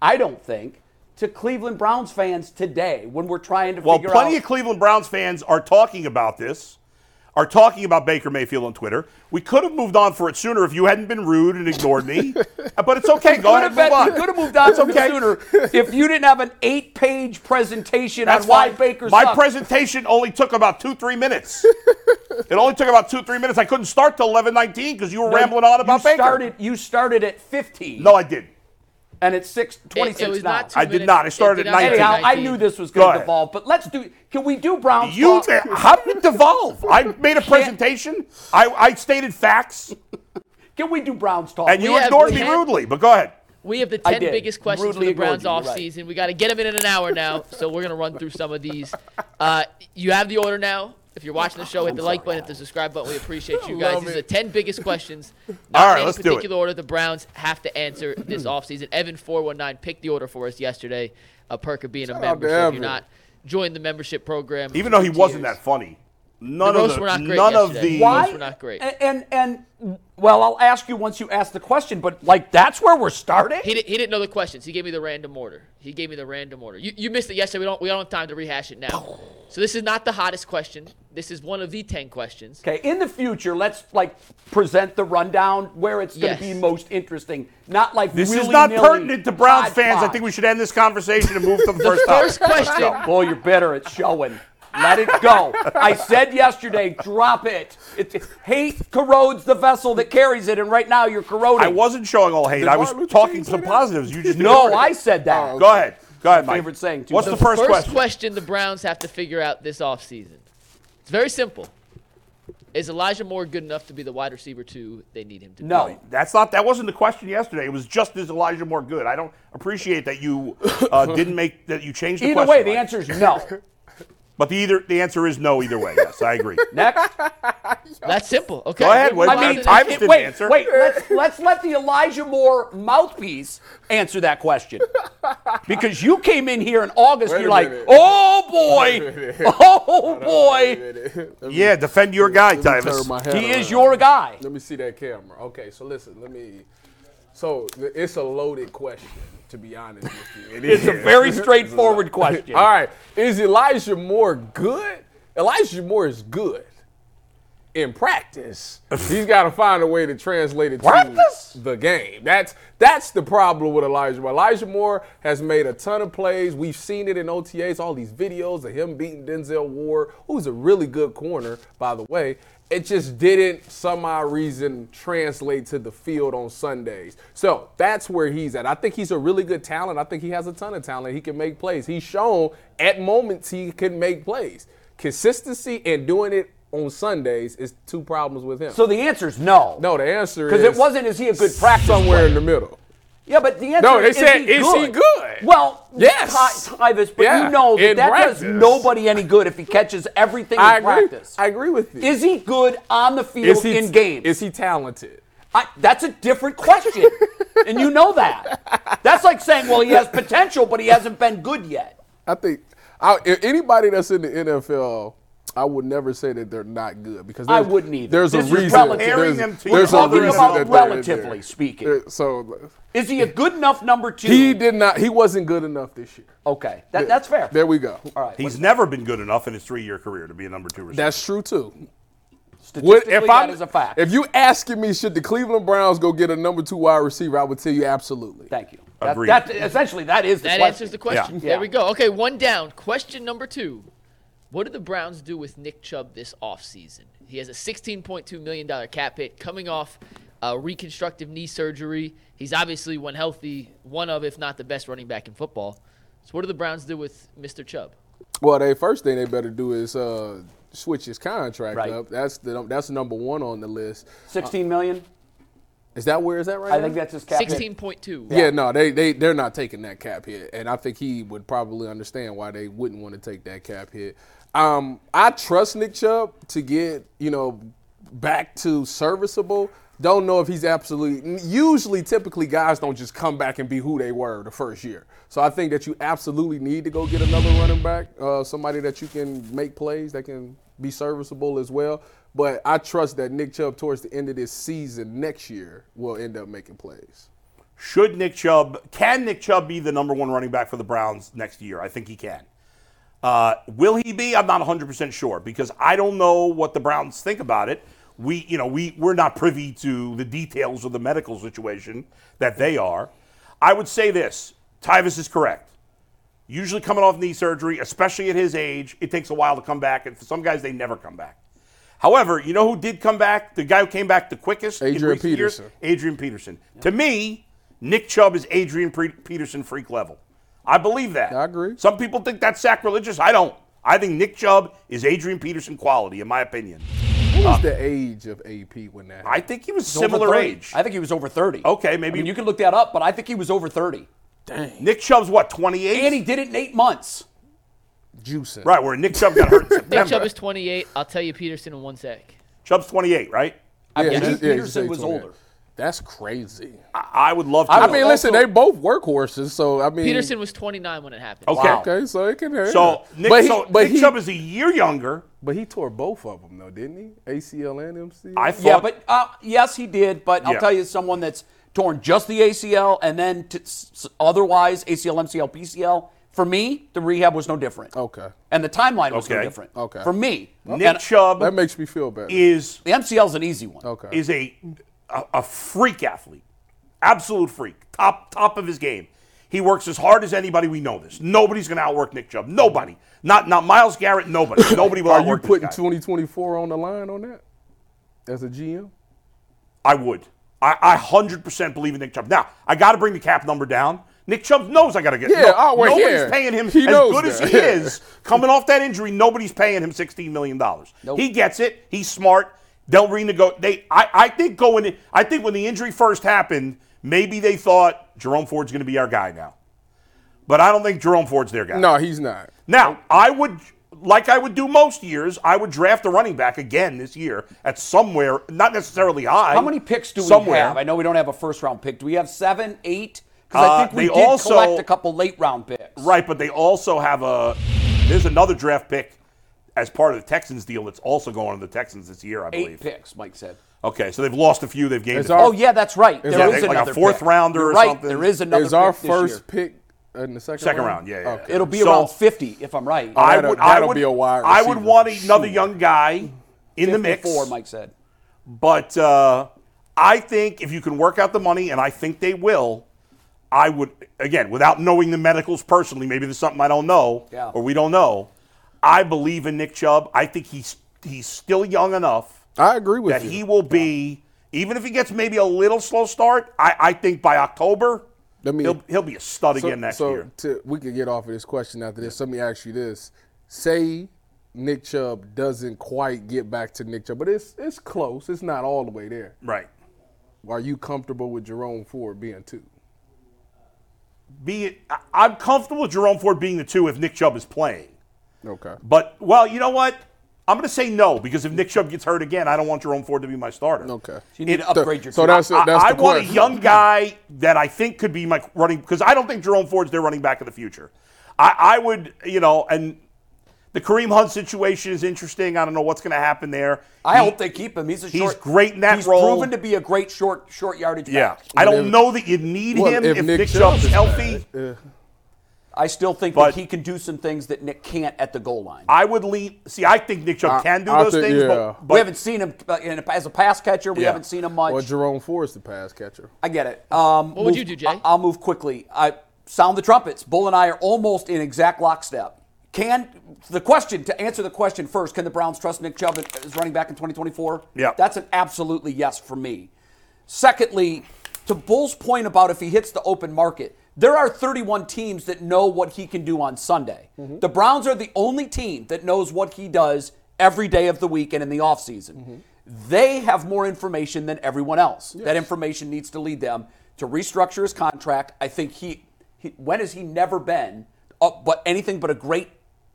I don't think, to Cleveland Browns fans today when we're trying to Well, figure plenty out of Cleveland Browns fans are talking about this, are talking about Baker Mayfield on Twitter. We could have moved on for it sooner if you hadn't been rude and <laughs> ignored me. but it's okay. Go could ahead have and move on. been, could have moved on It's from okay. <laughs> sooner if you didn't have an eight-page presentation That's on why why Baker's my presentation only took about two, three minutes. it only took about two, three minutes. I couldn't start till eleven nineteen because you were rambling on about you Baker. started, You started at 15, No, I didn't. and it's six, It, 26 it was now. not two I did minutes. not. I It started did at not start 19. Anyhow, I 19. knew this was Go going to ahead. devolve, but let's do. Can we do Browns? You talk? how did it devolve? I made a presentation. I, I stated facts, Can we do Browns talk? and you We have- ignored we me had- rudely. But go ahead. We have the I 10 did. biggest questions Rudely for the Browns ignored you, right. offseason. We got to get them in in an hour now, so we're going to run through some of these. Uh, you have the order now. If you're watching the show, hit the like button, hit the subscribe button. We appreciate <laughs> you guys. Love These are it. the 10 biggest questions. Not All right, in any let's do it. particular order the Browns have to answer <clears throat> this offseason. Evan419 picked the order for us yesterday. A perk of being a out member. to So if Evan. you're not, join the membership program. Even though he Two wasn't tiers. that funny, none The of roasts the were not great none of yesterday. the why were not great. And, and and well, I'll ask you once you ask the question, but like that's where we're starting. He, did, he didn't know the questions. He gave me the random order. He gave me the random order. You, you missed it yesterday. We don't we don't have time to rehash it now. So this is not the hottest question. This is one of the ten questions. Okay, in the future, let's like present the rundown where it's going Yes. to be most interesting, not like This is willy-nilly not pertinent to Browns fans. I hodgepodge. think we should end this conversation and move to the first topic. First question. Boy, you're bitter. It's showing. Let it go. I said yesterday, drop it. it. Hate corrodes the vessel that carries it, and right now you're corroding. I wasn't showing all hate. I was Martin Luther talking King say some that? positives. You <laughs> just no, ignored it. I said that. Go ahead. Go ahead, Mike. favorite saying, too. What's the, The first, question? the Browns have to figure out this offseason. It's very simple. Is Elijah Moore good enough to be the wide receiver two they need him to be? No. That's not. That wasn't the question yesterday. It was just is Elijah Moore good? I don't appreciate that you <laughs> uh, didn't make that you changed. The Either question way, the Mike. answer is no. <laughs> But the either the answer is no. Either way, yes, I agree. <laughs> Next. That's simple. Okay. Go ahead, We're Wade. moving I on mean, to the I fifth- was- It- didn't wait, answer. wait. Let's let's let the Elijah Moore mouthpiece answer that question, because you came in here in August. Wait and You're a like, minute. oh boy, <laughs> oh boy, Yeah, defend your guy, Let me Tyvus. turn my head he is around. your guy. Let me see that camera. Okay, so listen, let me. So th- it's a loaded question, to be honest with you. It It's a is. <laughs> very straightforward question. All right, is Elijah Moore good? Elijah Moore is good in practice. He's got to find a way to translate it Practice? to the game. That's that's the problem with Elijah Moore. Elijah Moore has made a ton of plays. We've seen it in OTAs, all these videos of him beating Denzel Ward, who's a really good corner, by the way. It just didn't, some odd reason, translate to the field on Sundays. So that's where he's at. I think he's a really good talent. I think he has a ton of talent. He can make plays. He's shown at moments he can make plays. Consistency and doing it on Sundays is two problems with him. So the answer is no. no, the answer is 'Cause it wasn't, is he a good practice somewhere player? in the middle. Yeah, but the answer No, they is said, he is good? he good? Well, Yes. Ty- Tyvis, but Yeah, you know that, in that does practice. nobody any good if he catches everything I in agree. practice. I agree with you. Is he good on the field in games? Is he talented? I, that's a different question, and you know that. That's like saying, well, he has potential, but he hasn't been good yet. I think I, if anybody that's in the NFL, I would never say that they're not good because I there's- wouldn't either. There's This a is reason. relative. There's, Comparing them to- there's We're a talking reason about that they're in there. relatively speaking. There- So Is he a good enough number two? he did not. He wasn't good enough this year. okay, that, that's fair. There we go. All right. He's never been good enough in his three-year career to be a number two receiver. That's true too. What- Statistically, that I'm- is a fact. If you asking me, should the Cleveland Browns go get a number two wide receiver? I would tell you absolutely. Thank you. That, Agreed. that, essentially, that is the That question. answers the question. Yeah. There we go. Okay, one down. Question number two. What did the Browns do with Nick Chubb this offseason? He has a $16.2 million cap hit coming off uh, reconstructive knee surgery. He's obviously, when healthy, one of, if not the best running back in football. So, what do the Browns do with Mr. Chubb? Well, they first thing they better do is uh, switch his contract Right. up. That's the that's number one on the list. 16 million? Is that where is that right? I now? think that's his cap. hit. 16.2. Yeah, no, they they they're not taking that cap hit, and I think he would probably understand why they wouldn't want to take that cap hit. Um, I trust Nick Chubb to get you know back to serviceable. Don't know if he's absolutely. Usually, typically, guys don't just come back and be who they were the first year. So I think that you absolutely need to go get another running back, uh, somebody that you can make plays that can be serviceable as well. But I trust that Nick Chubb towards the end of this season next year will end up making plays. Should Nick Chubb, can Nick Chubb be the number one running back for the Browns next year? I think he can. Uh, will he be? I'm not 100% sure because I don't know what the Browns think about it. We, you know, we, we're not privy to the details of the medical situation that they are. I would say this Tyvus is correct. Usually coming off knee surgery, especially at his age, it takes a while to come back. And for some guys, they never come back. However, you know who did come back? The guy who came back the quickest? in Adrian recent years? Peterson. Adrian Peterson. To me, Nick Chubb is Adrian Pre- Peterson freak level. I believe that. I agree. Some people think that's sacrilegious. I don't. I think Nick Chubb is Adrian Peterson quality, in my opinion. What was the age of AP when that Uh, I happened? think he was Over similar 30. age. I think he was over 30. Okay, maybe- I mean, you can look that up, but I think he was over 30. Nick Chubb's what, 28? And he did it in eight months. Juicing. right, where Nick Chubb got hurt <laughs> in Nick September. Chubb is 28. I'll tell you Peterson in one sec. Chubb's 28, right? I Yeah, believe just- yeah, just Peterson say was 28. older. That's crazy. I, I, I would love to. know. mean, listen, they both workhorses, so I mean, Peterson was 29 when it happened. Okay. Wow. Okay, so it can happen. So Nick, but he, so but Nick he, Chubb is a year younger. but he tore both of them though, didn't he? ACL and MCL. I thought. Yeah, but uh, yes, he did. But I'll Yeah. tell you, someone that's torn just the ACL and then t- s- s- otherwise ACL, MCL, PCL. For me, the rehab was no different. Okay. And the timeline was no Okay. different. Okay. For me, Nick and Chubb that makes me feel better. is the MCL is an easy one. okay. is a, a a freak athlete, absolute freak, top top of his game. He works as hard as anybody. We know this. Nobody's going to outwork Nick Chubb. Nobody. Not not Miles Garrett. <coughs> Nobody. Nobody will Are you outwork this putting guy. 2024 on the line on that? As a GM, I would. I hundred percent believe in Nick Chubb. Now I got to bring the cap number down. Nick Chubb knows I got to get. Yeah, oh, we're nobody's here. paying him He as knows good as <laughs> that. he is coming off that injury. Nobody's paying him sixteen million dollars. He gets it. He's smart. They'll renegotiate. They, I, I think going. in- I think when the injury first happened, maybe they thought Jerome Ford's going to be our guy now, but I don't think Jerome Ford's their guy. no, he's not. Now, I would, like I would do most years, I would draft a running back again this year at somewhere, not necessarily high. How many picks do we somewhere. have? I know we don't have a first round pick. Do we have seven, eight? Because Uh, I think we they did also- collect a couple late round picks. Right, but they also have a. There's another draft pick as part of the Texans deal that's also going to the Texans this year, I Eight believe. picks, Mike said. Okay, so they've lost a few, they've gained. It's a few. our- Oh yeah, that's right. There is Yeah, like a another fourth pick. rounder You're or right. something. There is another. Is our pick this year. first pick in the second Second round? round, yeah, yeah, yeah. It'll be So- around fifty, if I'm right. I That'll- would, I that'll would be a wide I would receiver want for another sure. young guy in the mix. Four, Mike said. But uh, I think if you can work out the money, and I think they will, I would again without knowing the medicals personally. Maybe there's something I don't know, Yeah. or we don't know. I believe in Nick Chubb. I think he's he's still young enough I agree with that you. he will be, even if he gets maybe a little slow start. I, I think by October, Let me- he'll he'll be a stud again next year. To, we could get off of this question after this. Let me ask you this: Say Nick Chubb doesn't quite get back to Nick Chubb, but it's it's close. It's not all the way there. Right. Are you comfortable with Jerome Ford being two? Be it, I- I'm comfortable with Jerome Ford being the two if Nick Chubb is playing. Okay. But well, you know what? I'm going to say no because if Nick Chubb gets hurt again, I don't want Jerome Ford to be my starter. uh, Okay. You need to upgrade your. so team. that's- I, the I want a question. young guy that I think could be my running because I don't think Jerome Ford's their running back of the future. I, I would, you know, and the Kareem Hunt situation is interesting. I don't know what's going to happen there. I He- hope they keep him. He's a he's short. great in that he's role. proven to be a great short short yardage. Yeah, back. I don't if- know that you need well, him if if, Nick Nick, Chubb's Chubb's healthy. I still think But- that he can do some things that Nick can't at the goal line. I would lean. See, I think Nick Chubb I- can do I those think- things, yeah. but, but we haven't seen him uh, in a, as a pass catcher. We Yeah. haven't seen him much. Or Jerome Ford is the pass catcher. I get it. Um, What would you do, Jay? I- I'll move quickly. I sound the trumpets. Bull and I are almost in exact lockstep. Can the question to answer the question first? Can the Browns trust Nick Chubb as running back in 2024? Yeah. that's an absolutely yes for me. Secondly, to Bull's point about if he hits the open market, there are 31 teams that know what he can do on Sunday. Mm-hmm. The Browns are the only team that knows what he does every day of the week and in the offseason. Mm-hmm. They have more information than everyone else. That information needs to lead them to restructure his contract. I think he, he when has he never been uh, but anything but a great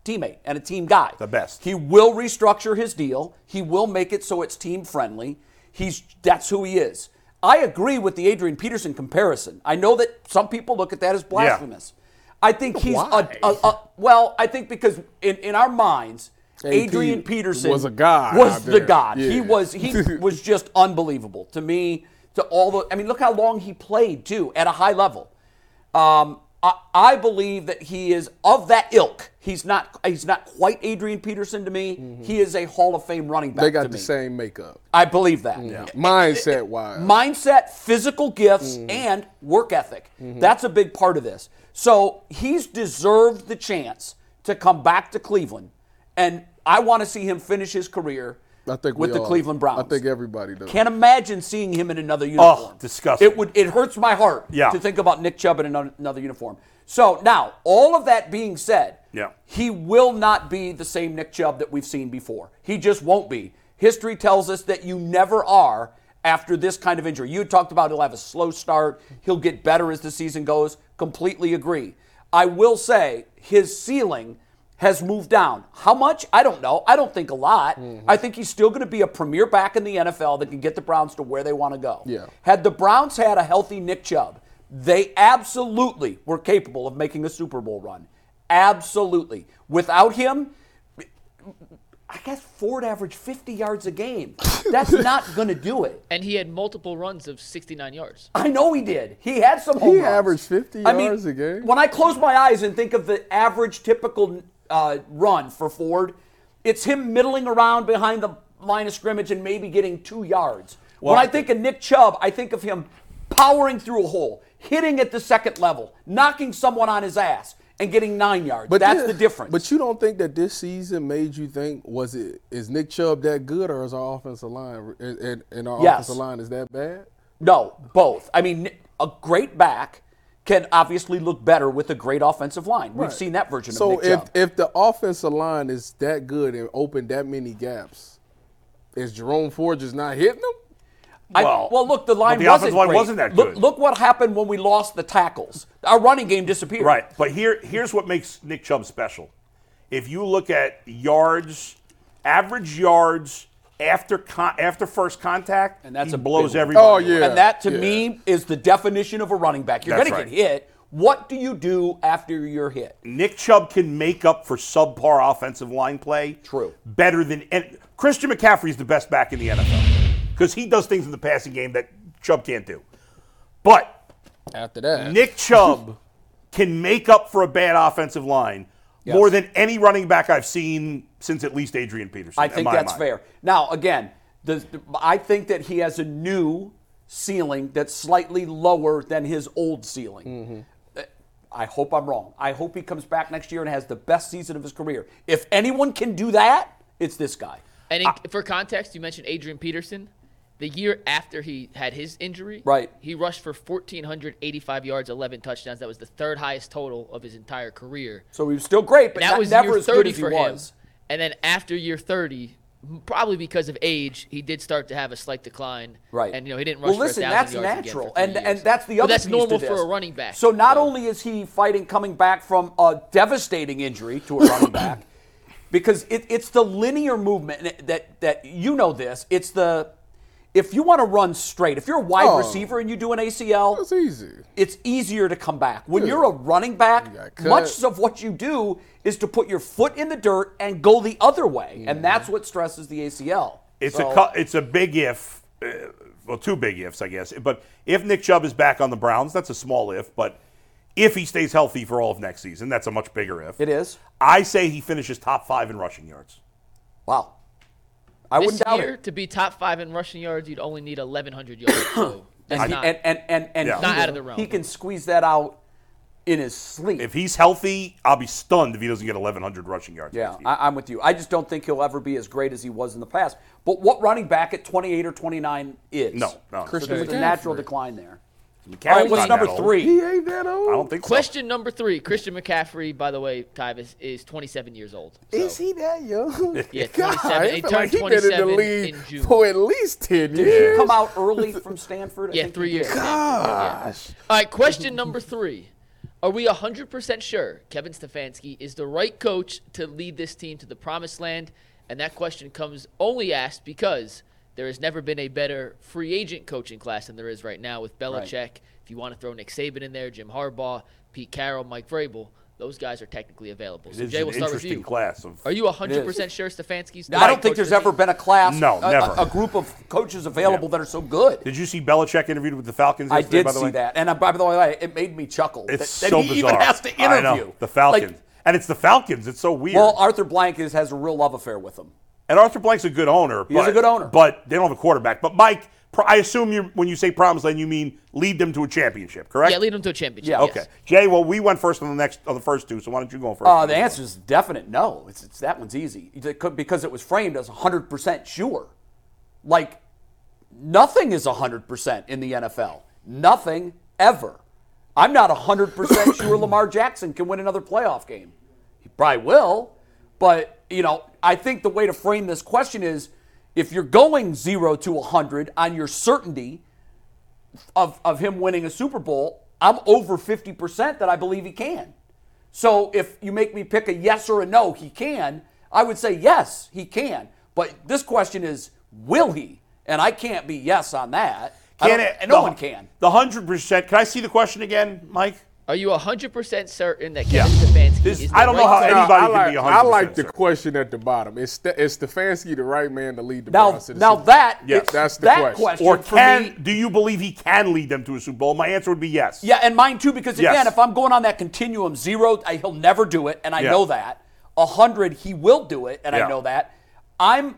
teammate and a team guy? The best. He will restructure his deal. He will make it so it's team friendly. He's that's who he is. I agree with the Adrian Peterson comparison. I know that some people look at that as blasphemous. I think he's a, a, a- well. I think because in, in our minds, AP Adrian Peterson was a god Was out the there. god. He Yeah. was <laughs> he was just unbelievable to me. To all the I mean, look how long he played too at a high level. Um, I, I believe that he is of that ilk. He's not. He's not quite Adrian Peterson to me. He is a Hall of Fame running back. Mm-hmm. They to got the me. same makeup, I believe that. mindset wise. Mindset, physical gifts, Mm-hmm. and work ethic. That's a big part of this. So he's deserved the chance to come back to Cleveland, and I want to see him finish his career I think we with the all- Cleveland Browns. I think everybody does. Can't imagine seeing him in another uniform. Oh, disgusting. It would. It hurts my heart Yeah. to think about Nick Chubb in ano- another uniform. So now, all of that being said, Yeah. he will not be the same Nick Chubb that we've seen before. He just won't be. History tells us that you never are after this kind of injury. You talked about he'll have a slow start, he'll get better as the season goes. Completely agree. I will say his ceiling has moved down. How much? I don't know. I don't think a lot. I think he's still going to be a premier back in the NFL that can get the Browns to where they want to go. Yeah. Had the Browns had a healthy Nick Chubb, they absolutely were capable of making a Super Bowl run. Absolutely. Without him, I guess Ford averaged 50 yards a game. That's not going to do it. And he had multiple runs of 69 yards. I know he did. He had some home runs. averaged 50 I mean, yards a game? When I close my eyes and think of the average typical uh, run for Ford, it's him middling around behind the line of scrimmage and maybe getting two yards. when I think of Nick Chubb, I think of him powering through a hole, hitting at the second level, knocking someone on his ass, and getting nine yards. That's yeah, the difference. But you don't think that this season made you think was it is Nick Chubb that good or is our offensive line and, and our Yes. offensive line is that bad? No, both. I mean, a great back can obviously look better with a great offensive line. We've seen that version So of Nick if Chubb. if the offensive line is that good and opened that many gaps, is Jerome Ford just not hitting them? I- Well, well, look, the line the wasn't offensive line great. wasn't that look, good. Look what happened when we lost the tackles. Our running game disappeared. Right. But here, here's what makes Nick Chubb special. If you look at yards, average yards after con- after first contact, And that's he a big blows one. everybody. Oh, away. yeah. And that, to yeah. me, is the definition of a running back. You're going That's to right. get hit. What do you do after you're hit? Nick Chubb can make up for subpar offensive line play. True. Better than and Christian McCaffrey is the best back in the NFL because he does things in the passing game that Chubb can't do. But After that, <laughs> Nick Chubb can make up for a bad offensive line more than any running back I've seen since at least Adrian Peterson. I in think my that's mind. fair. Now, again, the, the- I think that he has a new ceiling that's slightly lower than his old ceiling. Mm-hmm. Uh, I hope I'm wrong. I hope he comes back next year and has the best season of his career. If anyone can do that, it's this guy. And in, for context, you mentioned Adrian Peterson. The year after he had his injury, Right. he rushed for 1,485 yards, 11 touchdowns. That was the third highest total of his entire career. So he was still great, but that not- was never year as good 30 as he for him. was. And then after year 30, m- probably because of age, he did start to have a slight decline. Right. And you know he didn't rush Well, for listen, 1,000 that's yards again for natural, three and years. and that's the But other. that's piece normal to for this. a running back. So not only is he fighting coming back from a devastating injury <coughs> to a running back, because it, it's the linear movement and it- that that you know this. It's the If you want to run straight, if you're a wide Oh. receiver and you do an ACL, That's easy. it's easier to come back. When you're a running back, got cut. much of what you do is to put your foot in the dirt and go the other way, and that's what stresses the ACL. It's So- a cu- it's a big if. Uh, well, two big ifs, I guess. But if Nick Chubb is back on the Browns, that's a small if. But if he stays healthy for all of next season, that's a much bigger if. It is. I say he finishes top five in rushing yards. Wow. I This wouldn't doubt year, it. to be top five in rushing yards, you'd only need 1,100 <coughs> yards. So that's And, not, and, and, and, and Yeah. he, Not out of the realm. he can squeeze that out in his sleep. If he's healthy, I'll be stunned if he doesn't get 1,100 rushing yards. Yeah, next year. I, I'm with you. I just don't think he'll ever be as great as he was in the past. But what running back at 28 or 29 is? no, no. So there's a McCaffrey. natural decline there. McCaffrey's All right, what's not number that old. He three? ain't that old. I don't think Question number three: Christian McCaffrey, by the way, Tyvis is 27 years old. So. Is he that young? Yeah, 27. God, He he feel turned like he been in the 27 league in June. for at least ten Did he years. come out early from Stanford? I Yeah, think three he did. years. Gosh. All right, question number three. Are we 100% sure Kevin Stefanski is the right coach to lead this team to the promised land? And that question comes only asked because there has never been a better free agent coaching class than there is right now with Belichick. If you want to throw Nick Saban in there, Jim Harbaugh, Pete Carroll, Mike Vrabel, those guys are technically available. So, It's Jay, an we'll start with interesting you. class. Of, Are you 100% sure Stefanski's the I right don't think coach there's for the ever team? been a class, No, a- a- never. A, group of coaches available that are so good. did you see Belichick interviewed with the Falcons? I yesterday, did by the see way? that, and uh, by the way, it made me chuckle. It's that, so that he bizarre. even has to interview I know, the Falcons, Like, and it's the Falcons. It's so weird. well, Arthur Blank is, has a real love affair with him. And Arthur Blank's a good owner. He's a but- good owner. but they don't have a quarterback. But Mike, pro- I assume you when you say promised land, you mean lead them to a championship, correct? Yeah, lead them to a championship. Yeah. yes. Okay, Jay. Well, we went first on the next on the first two, so why don't you go first? Uh, the answer is definite no. It's, it's that one's easy It could- because it was framed as 100% sure. Like nothing is 100% in the NFL. Nothing ever. I'm not 100% sure Lamar Jackson can win another playoff game. He probably will, but you know, I think the way to frame this question is if you're going 0 to 100 on your certainty of, of him winning a Super Bowl, I'm over 50% that I believe he can. So if you make me pick a yes or a no, he can, I would say yes, he can. But this question is, will he? And I can't be yes on that. I Can don't- it- and no the- one can. The hundred percent. Can I see the question again, Mike? Are you 100% certain that Yeah. Kevin Stefanski This- is the I don't right know how coach? anybody I can like, be Uh, I 100%, like the sir. question at the bottom. Is, Ste- is Stefanski the right man to lead the Now, Browns to the now Super Bowl? that Yes. it's- That's the that question. Or for me- can do you believe he can lead them to a Super Bowl? My answer would be yes. Yeah, and mine too, because again, Yes. if I'm going on that continuum, zero, I, he'll never do it, and I Yeah. know that. A hundred, he will do it, and Yeah. I know that. I'm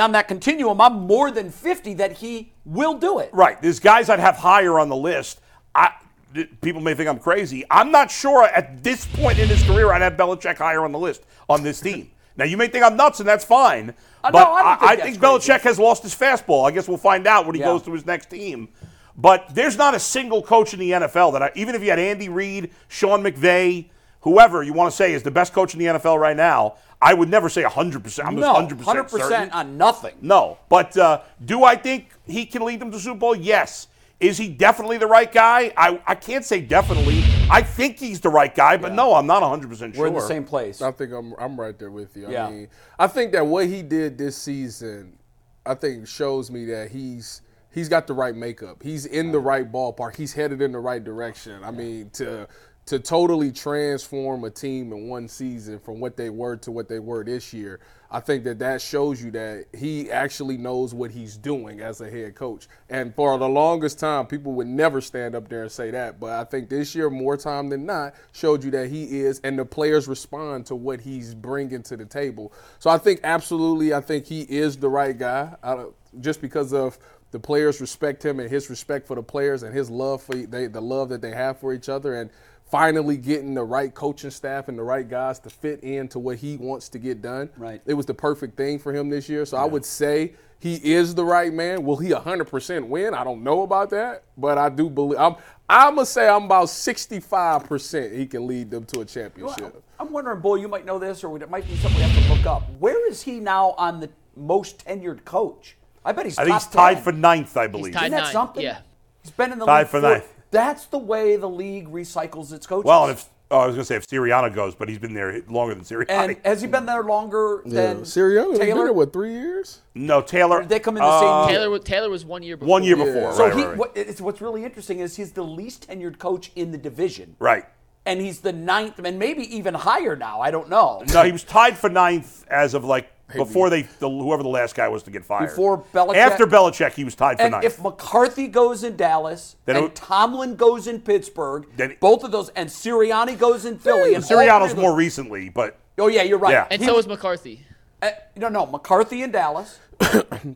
on that continuum. I'm more than fifty that he will do it. Right. There's guys I'd have higher on the list. I th- people may think I'm crazy. I'm not sure at this point in his career I'd have Belichick higher on the list on <laughs> this team. Now you may think I'm nuts, and that's fine. Uh, But no, I don't think I, that's think crazy. Belichick has lost his fastball. I guess we'll find out when he Yeah. goes to his next team. But there's not a single coach in the NFL that I, even if you had Andy Reid, Sean McVay, whoever you want to say is the best coach in the NFL right now, I would never say 100%. I'm No, just 100% hundred certain. percent on nothing. No. But uh, do I think he can lead them to the Super Bowl? Yes. Is he definitely the right guy? I, I can't say definitely. I think he's the right guy, but no, I'm not 100% sure. We're in the same place. I think I'm I'm right there with you. Yeah. I mean, I think that what he did this season, I think shows me that he's he's got the right makeup. He's in the right ballpark. He's headed in the right direction. I mean, to to totally transform a team in one season from what they were to what they were this year, I think that that shows you that he actually knows what he's doing as a head coach. And for the longest time, people would never stand up there and say that. But I think this year, more time than not, showed you that he is, and the players respond to what he's bringing to the table. So I think absolutely, I think he is the right guy, I don't- just because of the players respect him and his respect for the players and his love for they, the love that they have for each other and finally getting the right coaching staff and the right guys to fit into what he wants to get done Right. it was the perfect thing for him this year. So I would say he is the right man. Will he 100% win? I don't know about that, but I do believe I'm. I'm gonna say I'm about 65% he can lead them to a championship. Well, I'm wondering, Bull, you might know this, or it might be something we have to look up. Where is he now on the most tenured coach? I bet he's I think top he's tied 10. for ninth, I believe. tied- Isn't that Nine, something? yeah. He's been in the Tied league for four- ninth. That's the way the league recycles its coaches. Well, and if Oh, I was going to say if Sirianni goes, but he's been there longer than Sirianni. And has he been there longer than Sirianni has been Taylor? there what three years? no, Taylor. uh, Did they come in the same year? Taylor, wa- Taylor was one year before. one year before. So right, he, right, right. What, it's, what's really interesting is he's the least tenured coach in the division. Right. And he's the ninth, and maybe even higher now. I don't know. No, he was tied for ninth as of like before they the, whoever the last guy was to get fired. Before Belichick- After Belichick, he was tied for And ninth. if McCarthy goes in Dallas, Then it and would- Tomlin goes in Pittsburgh, Then it- both of those, and Sirianni goes in Philly. And all three Sirianni's of more those- recently, but Oh yeah, you're right. Yeah. And so was McCarthy. Uh, no, no, McCarthy in <coughs> Dallas,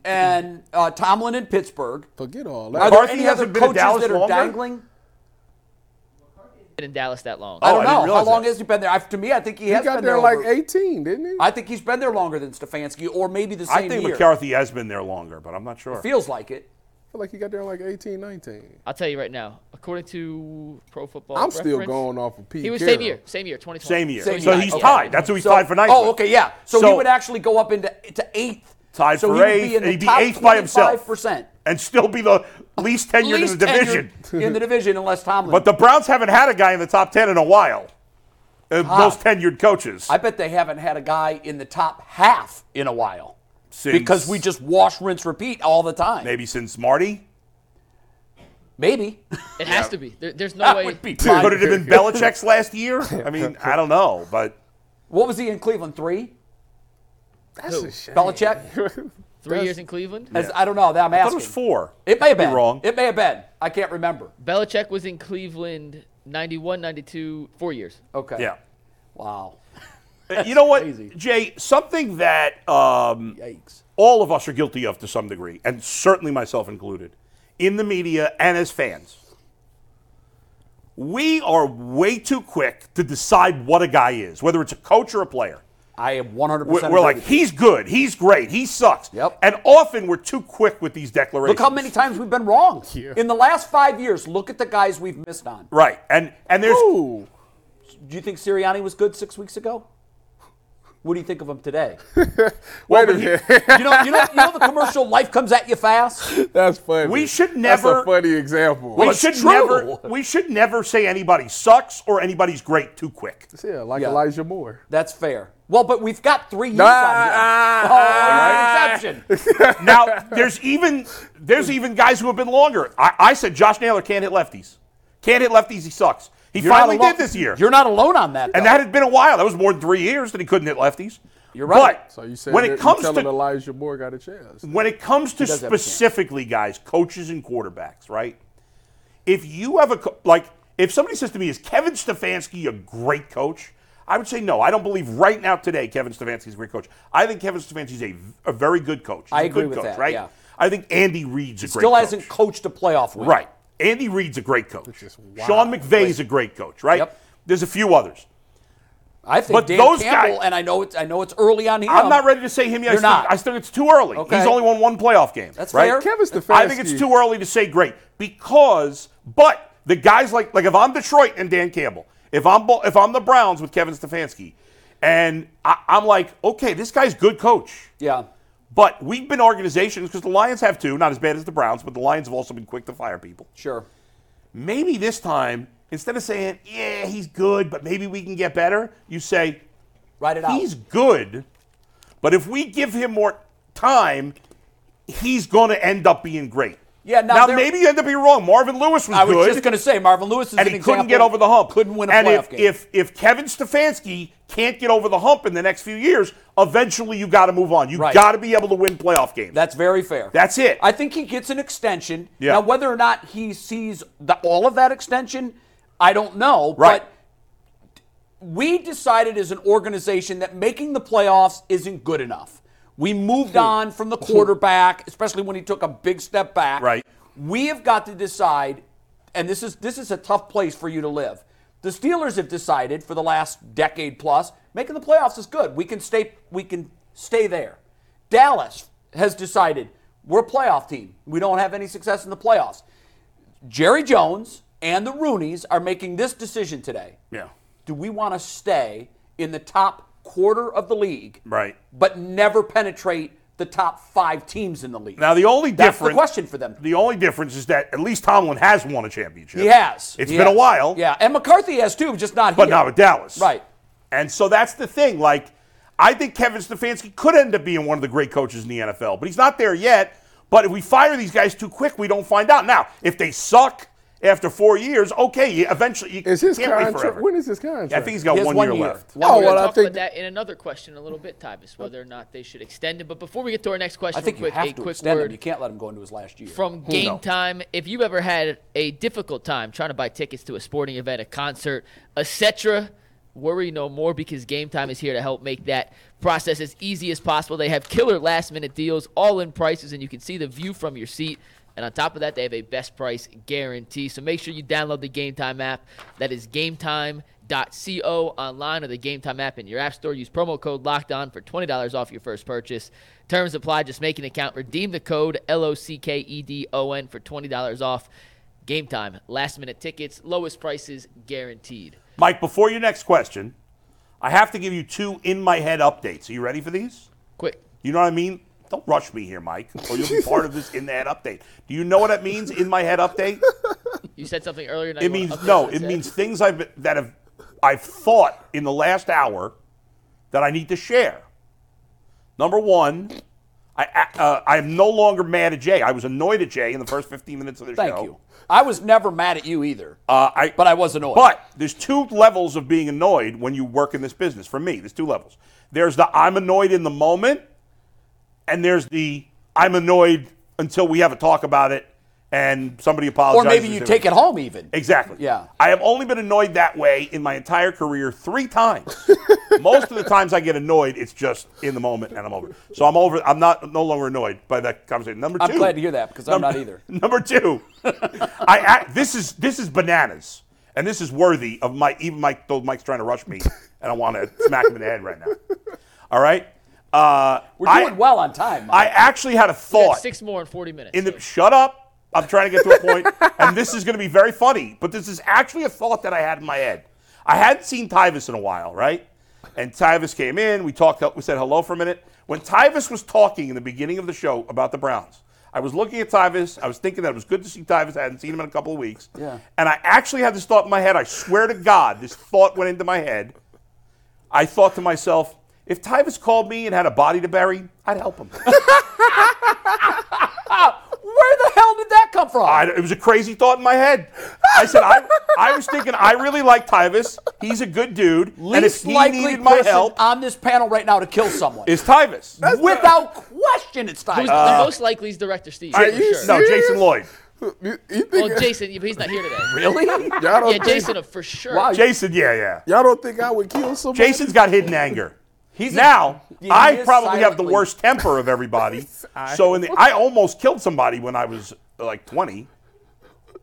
and uh, Tomlin in Pittsburgh. Forget all Are that. there McCarthy any hasn't other been in coaches Dallas that are longer? dangling? Been in Dallas that long. I Oh, don't I didn't know. How realize long that. has he been there? I, to me, I think he has He got been there there like over- 18, didn't he? I think he's been there longer than Stefanski, or maybe the same I think year. McCarthy has been there longer, but I'm not sure. Feels like it. feel like he got there like 18, 19. I'll tell you right now. According to Pro Football, I'm still Reference, going off of Pete. He was Carroll. same year, same year, 2020. Same year. Same so year. he's Okay. tied. That's who he's So- tied for ninth. Oh, with. okay, yeah. So, he So- would actually go up into to eighth. Tied so for he would eighth, Be in the he'd be top eighth by himself. 25%. And still be the least tenured Least in the division. tenured in the division, unless Tomlin. But the Browns haven't had a guy in the top ten in a while. Uh, Most tenured coaches. Ah. I bet they haven't had a guy in the top half in a while Since- because we just wash, rinse, repeat all the time. maybe since Marty. Maybe. It has to be. There, there's <laughs> no that way. would <laughs> be fine. Could it <laughs> have been Belichick's last year? I mean, I don't know, but What was he in Cleveland? Three. That's a shame. Belichick. Three years in Cleveland. As- I don't know. That I'm I asking. thought it was four. It may have Could be been wrong. It may have been. I can't remember. Belichick was in Cleveland 91, 92, four years. Okay. yeah. Wow. Uh, you know what, crazy. Jay? Something that um, Yikes. all of us are guilty of to some degree, and certainly myself included, in the media and as fans. We are way too quick to decide what a guy is, whether it's a coach or a player. I am 100. We're, percent we're like, he's good, he's great, he sucks. Yep. And often we're too quick with these declarations. Look how many times we've been wrong. In the last five years, look at the guys we've missed on. Right. And and there's Ooh. Do you think Sirianni was good six weeks ago? What do you think of him today? Wait a But you, minute. <laughs> you know, you know, you know the commercial "Life comes at you fast." That's funny. We should That's never- a funny example. we it's should true. never we should never say anybody sucks or anybody's great too quick. yeah, like Yeah. Elijah Moore. That's fair. Well, but we've got three years ah, Oh, on him. Oh, exception. Now, there's even there's even guys who have been longer. I, I said Josh Naylor can't hit lefties. Can't hit lefties. He sucks. He You're finally not alone- did this year, You're not alone on that. and though. that had been a while. That was more than three years that he couldn't hit lefties. You're right. But So you said when that- it comes you telling to Elijah Moore got a chance. when it comes to does have a chance. specifically guys, coaches and quarterbacks, right? If you have a co- like, if somebody says to me, "Is Kevin Stefanski a great coach?" I would say no. I don't believe right now today Kevin Stefanski is a great coach. I think Kevin Stefanski is a, a very good coach. He's I a agree good with coach, that, Right? yeah. I think Andy Reid's a great. still coach. hasn't coached a playoff win. Right. Andy Reid's a great coach. is wild. Sean McVay's a great coach, right? Yep. There's a few others. I think But Dan those Campbell, guys- and I know it's I know it's early on him. I'm not ready to say him yet. You're I still, not. I still think it's too early. Okay. He's only won one playoff game. That's right? fair. Kevin Stefanski. I think it's too early to say great because, but the guys like like if I'm Detroit and Dan Campbell, if I'm Bo- if I'm the Browns with Kevin Stefanski, and I, I'm like, okay, this guy's good coach. Yeah. But we've been organizations because the Lions have too, not as bad as the Browns, but the Lions have also been quick to fire people. Sure. Maybe this time, instead of saying, yeah, he's good, but maybe we can get better, you say, Write it out. He's good, but if we give him more time, he's going to end up being great. Yeah, now Now, there- maybe you end up being wrong. Marvin Lewis was I good, was just going to say Marvin Lewis is and an he couldn't example- get over the hump. Couldn't win a and playoff if, game. If if Kevin Stefanski can't get over the hump in the next few years, eventually you got to move on. You Right. got to be able to win playoff games. That's very fair. That's it. I think he gets an extension. Yeah. Now, whether or not he sees the, all of that extension, I don't know. Right. But we decided as an organization that making the playoffs isn't good enough. We moved on from the quarterback, especially when he took a big step back. Right. We have got to decide, and this is this is a tough place for you to live. The Steelers have decided for the last decade plus, making the playoffs is good. We can stay we can stay there. Dallas has decided we're a playoff team. We don't have any success in the playoffs. Jerry Jones and the Rooneys are making this decision today. yeah, Do we want to stay in the top quarter of the league, right. but never penetrate the top five teams in the league. Now the only That's the difference question for them. The only difference is that at least Tomlin has won a championship. He has. It's He been a has. while. Yeah, and McCarthy has too, just not But here. not with Dallas. Right. And so that's the thing. Like, I think Kevin Stefanski could end up being one of the great coaches in the NFL, but he's not there yet. But if we fire these guys too quick, we don't find out. Now, if they suck after four years, okay, you eventually you Is his can't wait contract? forever. When is his contract? I think he's got He has one, one year, year. left. Well, Oh, we're well, gonna I talk think- about that in another question a little bit, Tyvus, whether or not they should extend it. But before we get to our next question, I think real quick, you have a to quick extend word him. You can't let him go into his last year. from game time. If you've ever had a difficult time trying to buy tickets to a sporting event, a concert, etc., worry no more because game time is here to help make that process as easy as possible. They have killer last minute deals, all in prices, and you can see the view from your seat. And on top of that, they have a best price guarantee. So make sure you download the Game Time app. That is gametime.co online or the Game Time app in your app store. Use promo code locked on for $20 off your first purchase. Terms apply. Just make an account. Redeem the code L O C K E D O N for $20 off. Game time. Last minute tickets. Lowest prices guaranteed. Mike, before your next question, I have to give you two in my head updates. Are you ready for these? Quick. You know what I mean? Don't rush me here, Mike, or you'll <laughs> be part of this in the head update. Do you know what that means? In my head update. You said something earlier. now you It wanna means update no. what I It said. means things I've been- that have I've thought in the last hour that I need to share. Number one, I uh, I am no longer mad at Jay. I was annoyed at Jay in the first 15 minutes of the show. Thank you. I was never mad at you either, Uh, I, but I was annoyed. but there's two levels of being annoyed when you work in this business. For me, there's two levels. There's the I'm annoyed in the moment, and there's the I'm annoyed until we have a talk about it and somebody or apologizes. maybe you take it home even. Exactly. Yeah. I have only been annoyed that way in my entire career three times. <laughs> Most of the times I get annoyed, it's just in the moment and I'm over. it. So I'm over. I'm not no longer annoyed by that conversation. Number two. I'm glad to hear that because I'm Number- not either. <laughs> Number two, I, I this is this is bananas, and this is worthy of my even Mike. Though Mike's trying to <laughs> rush me, and I want to smack him in the head right now. All right. Uh, We're doing I, well on time. I actually had a We got thought six more in 40 minutes. in so- the shut up. I'm trying to get to a point, <laughs> and this is going to be very funny. But this is actually a thought that I had in my head. I hadn't seen Tyvis in a while, right? And Tyvis came in. We talked. We said hello for a minute. When Tyvis was talking in the beginning of the show about the Browns, I was looking at Tyvis. I was thinking that it was good to see Tyvis. I hadn't seen him in a couple of weeks. Yeah. And I actually had this thought in my head. I swear to God, this thought went into my head. I thought to myself, if Tyvis called me and had a body to bury, I'd help him. Where the hell did that come from? I, it was a crazy thought in my head. I said, I, I was thinking, I really like Tyvis. He's a good dude. and if Least he likely needed my person help, on this panel right now to kill someone. is Uh, Tyvis. Without question, it's time. Who's the most likely is director Steve. Are for you <laughs> sure. No, serious? Jason Lloyd. You, you think Well, Jason, yeah, but he's not here today. really? <laughs> y'all don't Yeah, think, Jason, uh, for sure. Wow, Jason, yeah, yeah. Y'all don't think I would kill somebody? Jason's got hidden anger. He's a- now. Yeah, he I is probably have the silently- worst temper <laughs> of everybody. so in the, I almost killed somebody when I was uh, like 20.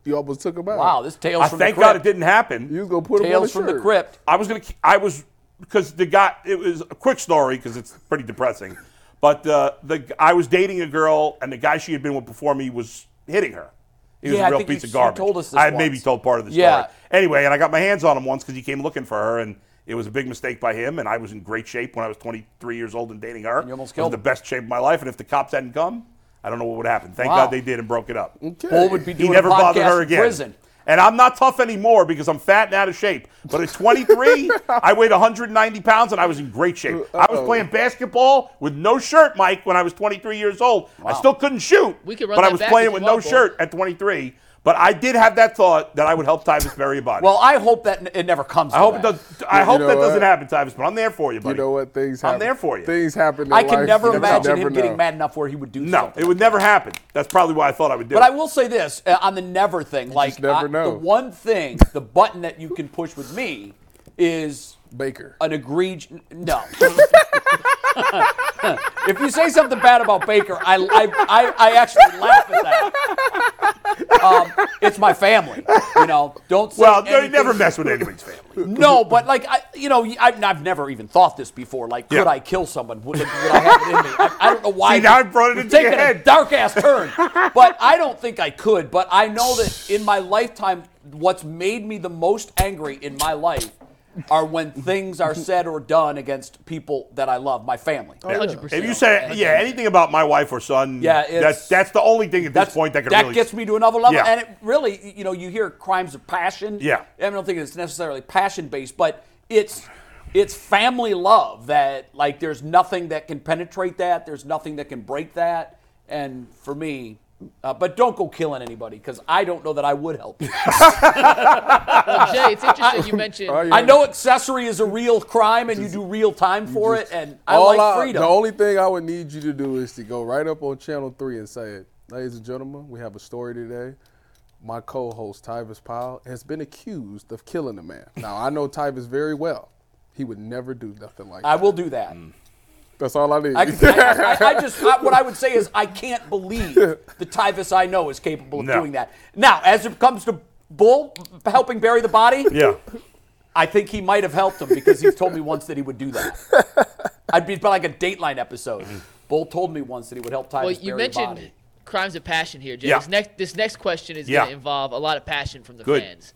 you almost took him out. wow, this tales I from thank the crypt. God it didn't happen. You was gonna put him on Tales his from shirt. the crypt. I was gonna. I was because the guy. It was a quick story because it's pretty depressing. But uh, the I was dating a girl, and the guy she had been with before me was hitting her. He was Yeah, I a real think piece you- of you garbage. told us this I had maybe once. told part of the Yeah. story. Anyway, and I got my hands on him once because he came looking for her, and it was a big mistake by him. And I was in great shape when I was 23 years old and dating her. You almost I was killed in the him. best shape of my life. And if the cops hadn't come, I don't know what would happen. Thank Wow. God they did and broke it up. Bull would be doing He never a podcast bothered her in again. prison. And I'm not tough anymore because I'm fat and out of shape. But at 23, I weighed 190 pounds and I was in great shape. I was playing basketball with no shirt, Mike, when I was 23 years old. I still couldn't shoot, We could run but I that was back if playing you with want, no Bull. shirt at 23. But I did have that thought that I would help Tyvis bury a body. Well, I hope that n- it never comes. I hope it does. I You hope know that doesn't what? happen, Tyvis. But I'm there for you, buddy. You know what? Things I'm happen. there for you. Things happen. In I can life. never You imagine never him getting know. mad enough where he would do no, something it like would that. never happen. That's probably why I thought I would do But I it. will say this uh, on the never thing, like never I- know. the one thing, the button that you can push with me is Baker. an egregious no. <laughs> if you say something bad about Baker, I I, I, I actually laugh at that. Um, it's my family, you know. Don't say well, anything- you never mess with anyone's family. No, but like I, you know, I, I've never even thought this before. Like, could Yeah. I kill someone? Would, would I have it in me? I, I don't know why. See, now I brought it We're into your taking a head. dark ass <laughs> turn, but I don't think I could. But I know that in my lifetime, what's made me the most angry in my life are when things are said or done against people that I love, my family. Hundred percent. If you say yeah anything about my wife or son, Yeah, that's it's- that's the only thing at this point that could really gets me to another level. Yeah. And it really, you know, you hear crimes of passion. Yeah. I don't think it's necessarily passion based, but it's it's family love that like there's nothing that can penetrate that. There's nothing that can break that. And for me, uh, but don't go killing anybody because I don't know that I would help. you. Jay, it's interesting <laughs> you mentioned. I know accessory is a real crime and you do real time for it, and I like freedom. The only thing I would need you to do is to go right up on channel three and say it. Ladies and gentlemen, we have a story today. My co-host Tyvis Powell has been accused of killing a man. Now I know Tyvis very well. He would never do nothing like I that. will do that. Mm. That's all I need. I, I, I, I just I, what I would say is I can't believe the Tyvus I know is capable of No. doing that. Now, as it comes to Bull helping bury the body, <laughs> Yeah. I think he might have helped him because he's told me once that he would do that. I'd be like a Dateline episode. Bull told me once that he would help Tyvus Well, you bury the mentioned body. crimes of passion here, Jay. Yeah. This next this next question is Yeah. going to involve a lot of passion from the Good. fans.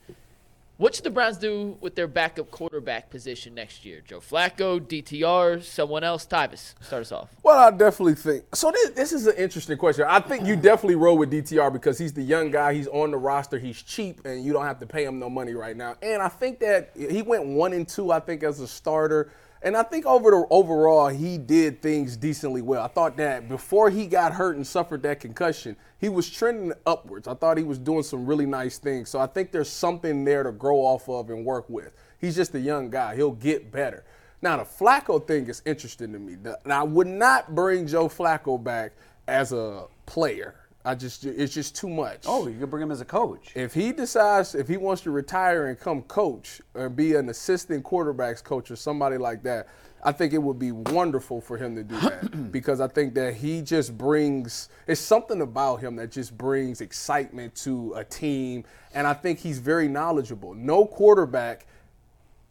What should the Browns do with their backup quarterback position next year? Joe Flacco, DTR, someone else? Tyvis, start us off. Well, I definitely think so. This, this is an interesting question. I think you definitely roll with DTR because he's the young guy. He's on the roster. He's cheap, and you don't have to pay him no money right now. And I think that he went one and two. I think as a starter, and I think over the overall he did things decently well. I thought that before he got hurt and suffered that concussion, he was trending upwards. I thought he was doing some really nice things. So I think there's something there to grow off of and work with. He's just a young guy. He'll get better. Now the Flacco thing is interesting to me. The- And I would not bring Joe Flacco back as a player. I just it's just too much. Oh, you could bring him as a coach. If he decides if he wants to retire and come coach or be an assistant quarterbacks coach or somebody like that, I think it would be wonderful for him to do that because I think that he just brings it's something about him that just brings excitement to a team and I think he's very knowledgeable. No quarterback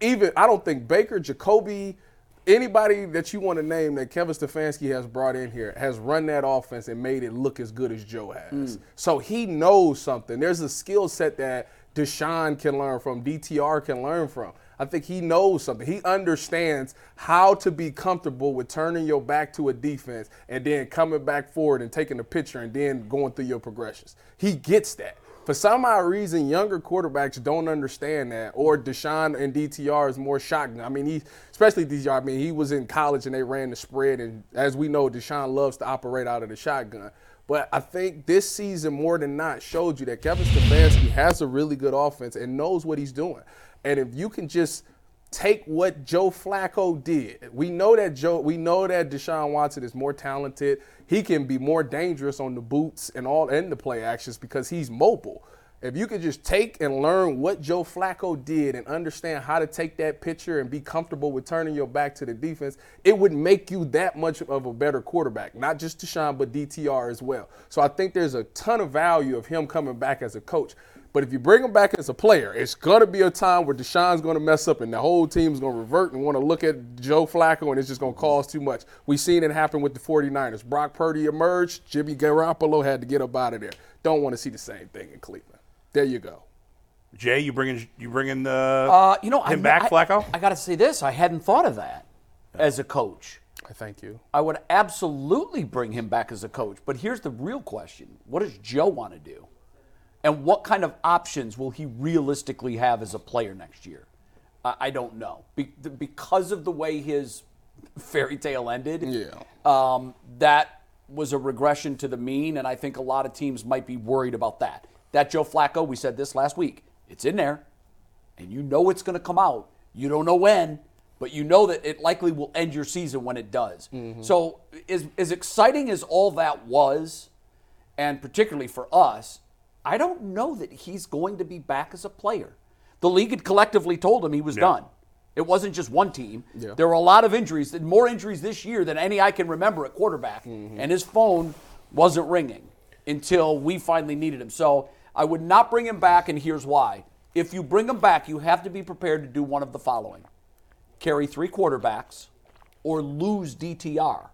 even I don't think Baker, Jacoby, anybody that you want to name that Kevin Stefanski has brought in here has run that offense and made it look as good as Joe has. So he knows something. There's a skill set that Deshaun can learn from, DTR can learn from. I think he knows something. He understands how to be comfortable with turning your back to a defense and then coming back forward and taking a picture and then going through your progressions. He gets that. For some odd reason, younger quarterbacks don't understand that. Or Deshaun and DTR is more shotgun. I mean, he, especially DTR. I mean, he was in college and they ran the spread, and as we know, Deshaun loves to operate out of the shotgun. But I think this season, more than not, showed you that Kevin Stefanski has a really good offense and knows what he's doing. And if you can just take what Joe Flacco did. We know that Joe we know that Deshaun Watson is more talented. He can be more dangerous on the boots and all and the play actions because he's mobile. If you could just take and learn what Joe Flacco did and understand how to take that picture and be comfortable with turning your back to the defense, it would make you that much of a better quarterback, not just Deshaun, but DTR as well. So I think there's a ton of value of him coming back as a coach. But if you bring him back as a player, it's gonna be a time where Deshaun's gonna mess up and the whole team's gonna revert and wanna look at Joe Flacco and it's just gonna cause too much. We've seen it happen with the 49ers. Brock Purdy emerged, Jimmy Garoppolo had to get up out of there. Don't wanna see the same thing in Cleveland. There you go. Jay, you bringing you bringing the Uh, you know, him I, back, I, Flacco? I got to say this. I hadn't thought of that as a coach. I thank you. I would absolutely bring him back as a coach. But here's the real question What does Joe want to do? And what kind of options will he realistically have as a player next year? I, I don't know. Be- the- because of the way his fairy tale ended, Yeah. um, that was a regression to the mean. And I think a lot of teams might be worried about that. That Joe Flacco, we said this last week, it's in there and you know it's going to come out. You don't know when, but you know that it likely will end your season when it does. So, as, as exciting as all that was, and particularly for us, I don't know that he's going to be back as a player. The league had collectively told him he was done. It wasn't just one team. Yeah. There were a lot of injuries, and more injuries this year than any I can remember at quarterback. And his phone wasn't ringing until we finally needed him. So I would not bring him back, and here's why. If you bring him back, you have to be prepared to do one of the following carry three quarterbacks or lose DTR.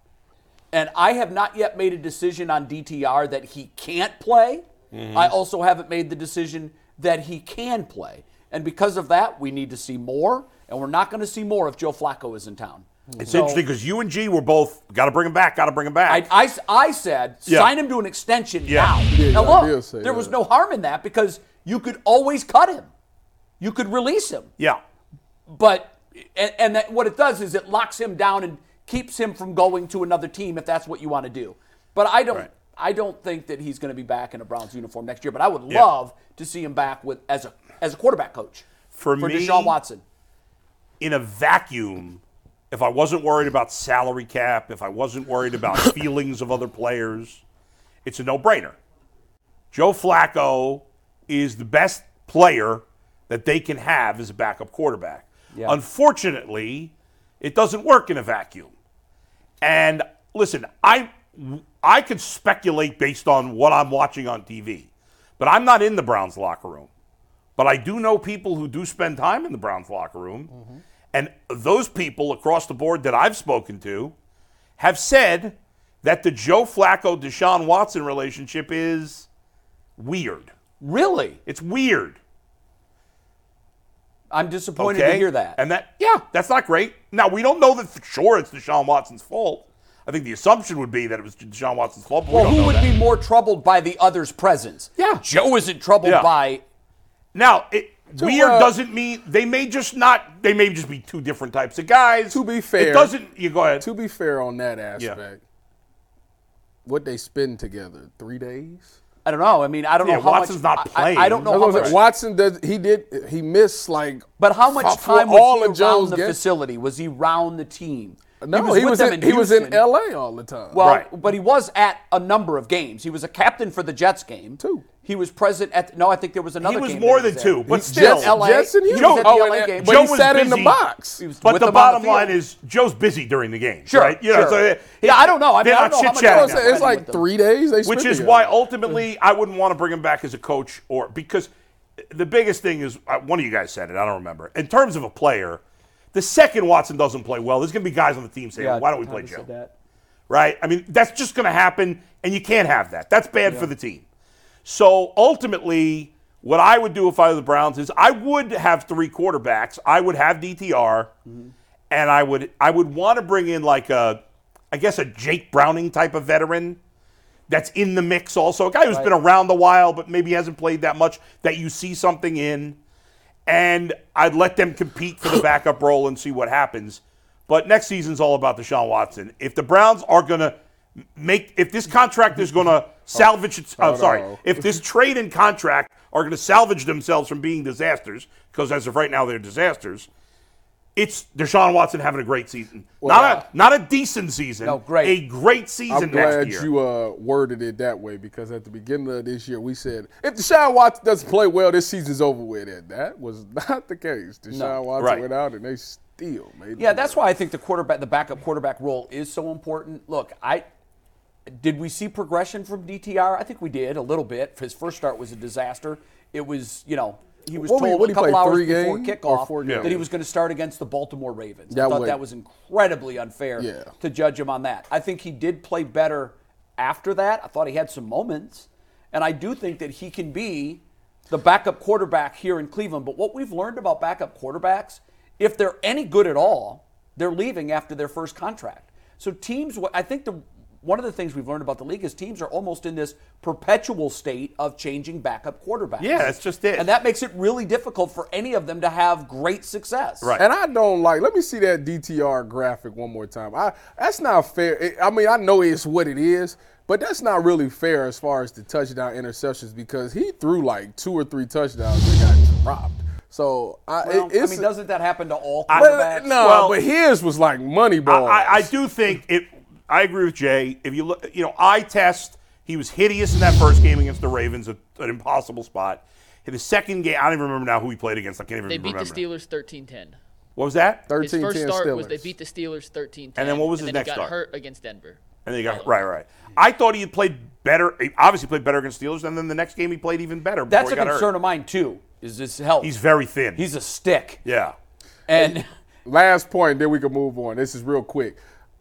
And I have not yet made a decision on DTR that he can't play. Mm-hmm. I also haven't made the decision that he can play. And because of that, we need to see more. and we're not going to see more if Joe Flacco is in town. Mm. It's interesting because you and G were both got to bring him back, got to bring him back. I, I, I said, Yeah. sign him to an extension Yeah. now. Yeah, now yeah, I look, did say there was that. no harm in that because you could always cut him. You could release him. yeah, But and, and that what it does is it locks him down and keeps him from going to another team if that's what you want to do. But I don't Right. I don't think that he's going to be back in a Browns uniform next year. But I would Yeah. love to see him back with as a as a quarterback coach For for me- Deshaun Watson. in a vacuum, if I wasn't worried about salary cap, if I wasn't worried about feelings of other players, it's a no-brainer. Joe Flacco is the best player that they can have as a backup quarterback. Yeah. Unfortunately, it doesn't work in a vacuum. And listen, I I could speculate based on what I'm watching on TV, but I'm not in the Browns locker room. But I do know people who do spend time in the Browns locker room, Mm-hmm. and those people across the board that I've spoken to have said that the Joe Flacco Deshaun Watson relationship is weird. Really? It's weird. I'm disappointed Okay. to hear that. And that, yeah, that's not great. Now, we don't know that for sure it's Deshaun Watson's fault. I think the assumption would be that it was Deshaun Watson's fault, but well, we don't who know would that. be more troubled by the other's presence? Yeah. Joe isn't troubled Yeah. by now, it, weird uh, doesn't mean they may just not, they may just be two different types of guys. To be fair- it doesn't, you go ahead. To be fair on that aspect, what they spend together, three days? I don't know. I mean, I don't Yeah, know how Watson's much. not I- I- I, playing. don't know how That's what I'm much. saying. Watson does he did he missed like But how much f- for time was he around Joe's the games. facility? Was he round the team? No, he with was, them in, he was in Houston. LA all the time. Well, Right. but he was at a number of games. He was a captain for the Jets game. Two. He was present at. No, I think there was another. he was game more that than was two, at. but Jets- still. LA. Jets and He was Houston. at the Oh, LA and- game. But Joe he was sat in the busy. box. He was But with the them on bottom field. line is Joe's busy during the game, Sure, right? You know, sure. so it- Yeah, I don't know. I mean, they're I don't not know how much- chit-chatting I That's was what now. I'm saying. it's Yeah. like three days. They Which spend is together. why ultimately I wouldn't want to bring him back as a coach or because the biggest thing is uh, one of you guys said it. I don't remember. In terms of a player, the second Watson doesn't play well, there's going to be guys on the team saying, Yeah, "Why don't we play Thomas said Joe?" that. Right? I mean, that's just going to happen, and you can't have that. That's bad for the team. So ultimately, what I would do if I were the Browns is I would have three quarterbacks. I would have DTR, and I would I would want to bring in like a, I guess a Jake Browning type of veteran that's in the mix also. A guy who's been around a while, but maybe hasn't played that much that you see something in. And I'd let them compete <coughs> for the backup role and see what happens. But next season's all about Deshaun Watson. If the Browns are going to make, if this contract is going <laughs> Oh. to salvage, its, I'm sorry, no. <laughs> if this trade and contract are going to salvage themselves from being disasters, because as of right now they're disasters, it's Deshaun Watson having a great season. not, a, not a decent season. No, great. A great season I'm next glad year. you uh, worded it that way because at the beginning of this year we said if Deshaun Watson doesn't play well, this season's over with. And that was <laughs> not the case. Deshaun Watson Right. went out and they still made. Yeah, that's why I think the quarterback, the backup quarterback role is so important. Look, I did we see progression from DTR? I think we did a little bit. His first start was a disaster. It was, you know, he was What we- told what a he couple played, hours three before games kickoff or four that he games? was going to start against the Baltimore Ravens. I That thought way- that was incredibly unfair Yeah. to judge him on that. I think he did play better after that. I thought he had some moments, and I do think that he can be the backup quarterback here in Cleveland. But what we've learned about backup quarterbacks, if they're any good at all, they're leaving after their first contract. So teams, I think the one of the things we've learned about the league is teams are almost in this perpetual state of changing backup quarterbacks. Yeah, that's just it. And that makes it really difficult for any of them to have great success. Right. And I don't like. Let me see that DTR graphic one more time. I that's not fair. It- I mean, I know it's what it is, but that's not really fair as far as the touchdown interceptions because he threw like two or three touchdowns that got dropped. So I, Well, it, it's I mean, doesn't that happen to all I- quarterbacks? no, Well- but his was like money ball. I, I, I do think it. I agree with Jay. If you look, you know, eye test. He was hideous in that first game against the Ravens, a, an impossible spot. In the second game, I don't even remember now who he played against. I can't even They beat remember. the Steelers 13-10. What was that? His 13 first 10 start was Steelers. they beat the Steelers 13-10. And then what was his he next got start? hurt against Denver. And they got right, right. I thought he had played better. He obviously played better against Steelers, and then the next game he played even better. before That's he a got concern Hurt. of mine too. Is his health? He's very thin. he's a stick. yeah. And Last point, then we can move on. This is real quick.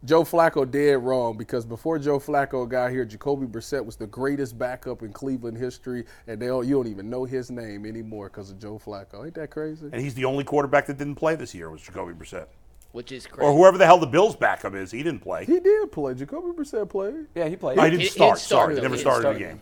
Joe Flacco dead wrong because before Joe Flacco got here, Jacoby Brissett was the greatest backup in Cleveland history, and they don't, you don't even know his name anymore because of Joe Flacco. Ain't that crazy? And he's the only quarterback that didn't play this year was Jacoby Brissett. which is crazy. Or whoever the hell the Bills backup is, he didn't play. He did play. Jacoby Brissett played. <laughs> Yeah, he played. Oh, he didn't He- he start. didn't start, Sorry, though. never He didn't started the start. game.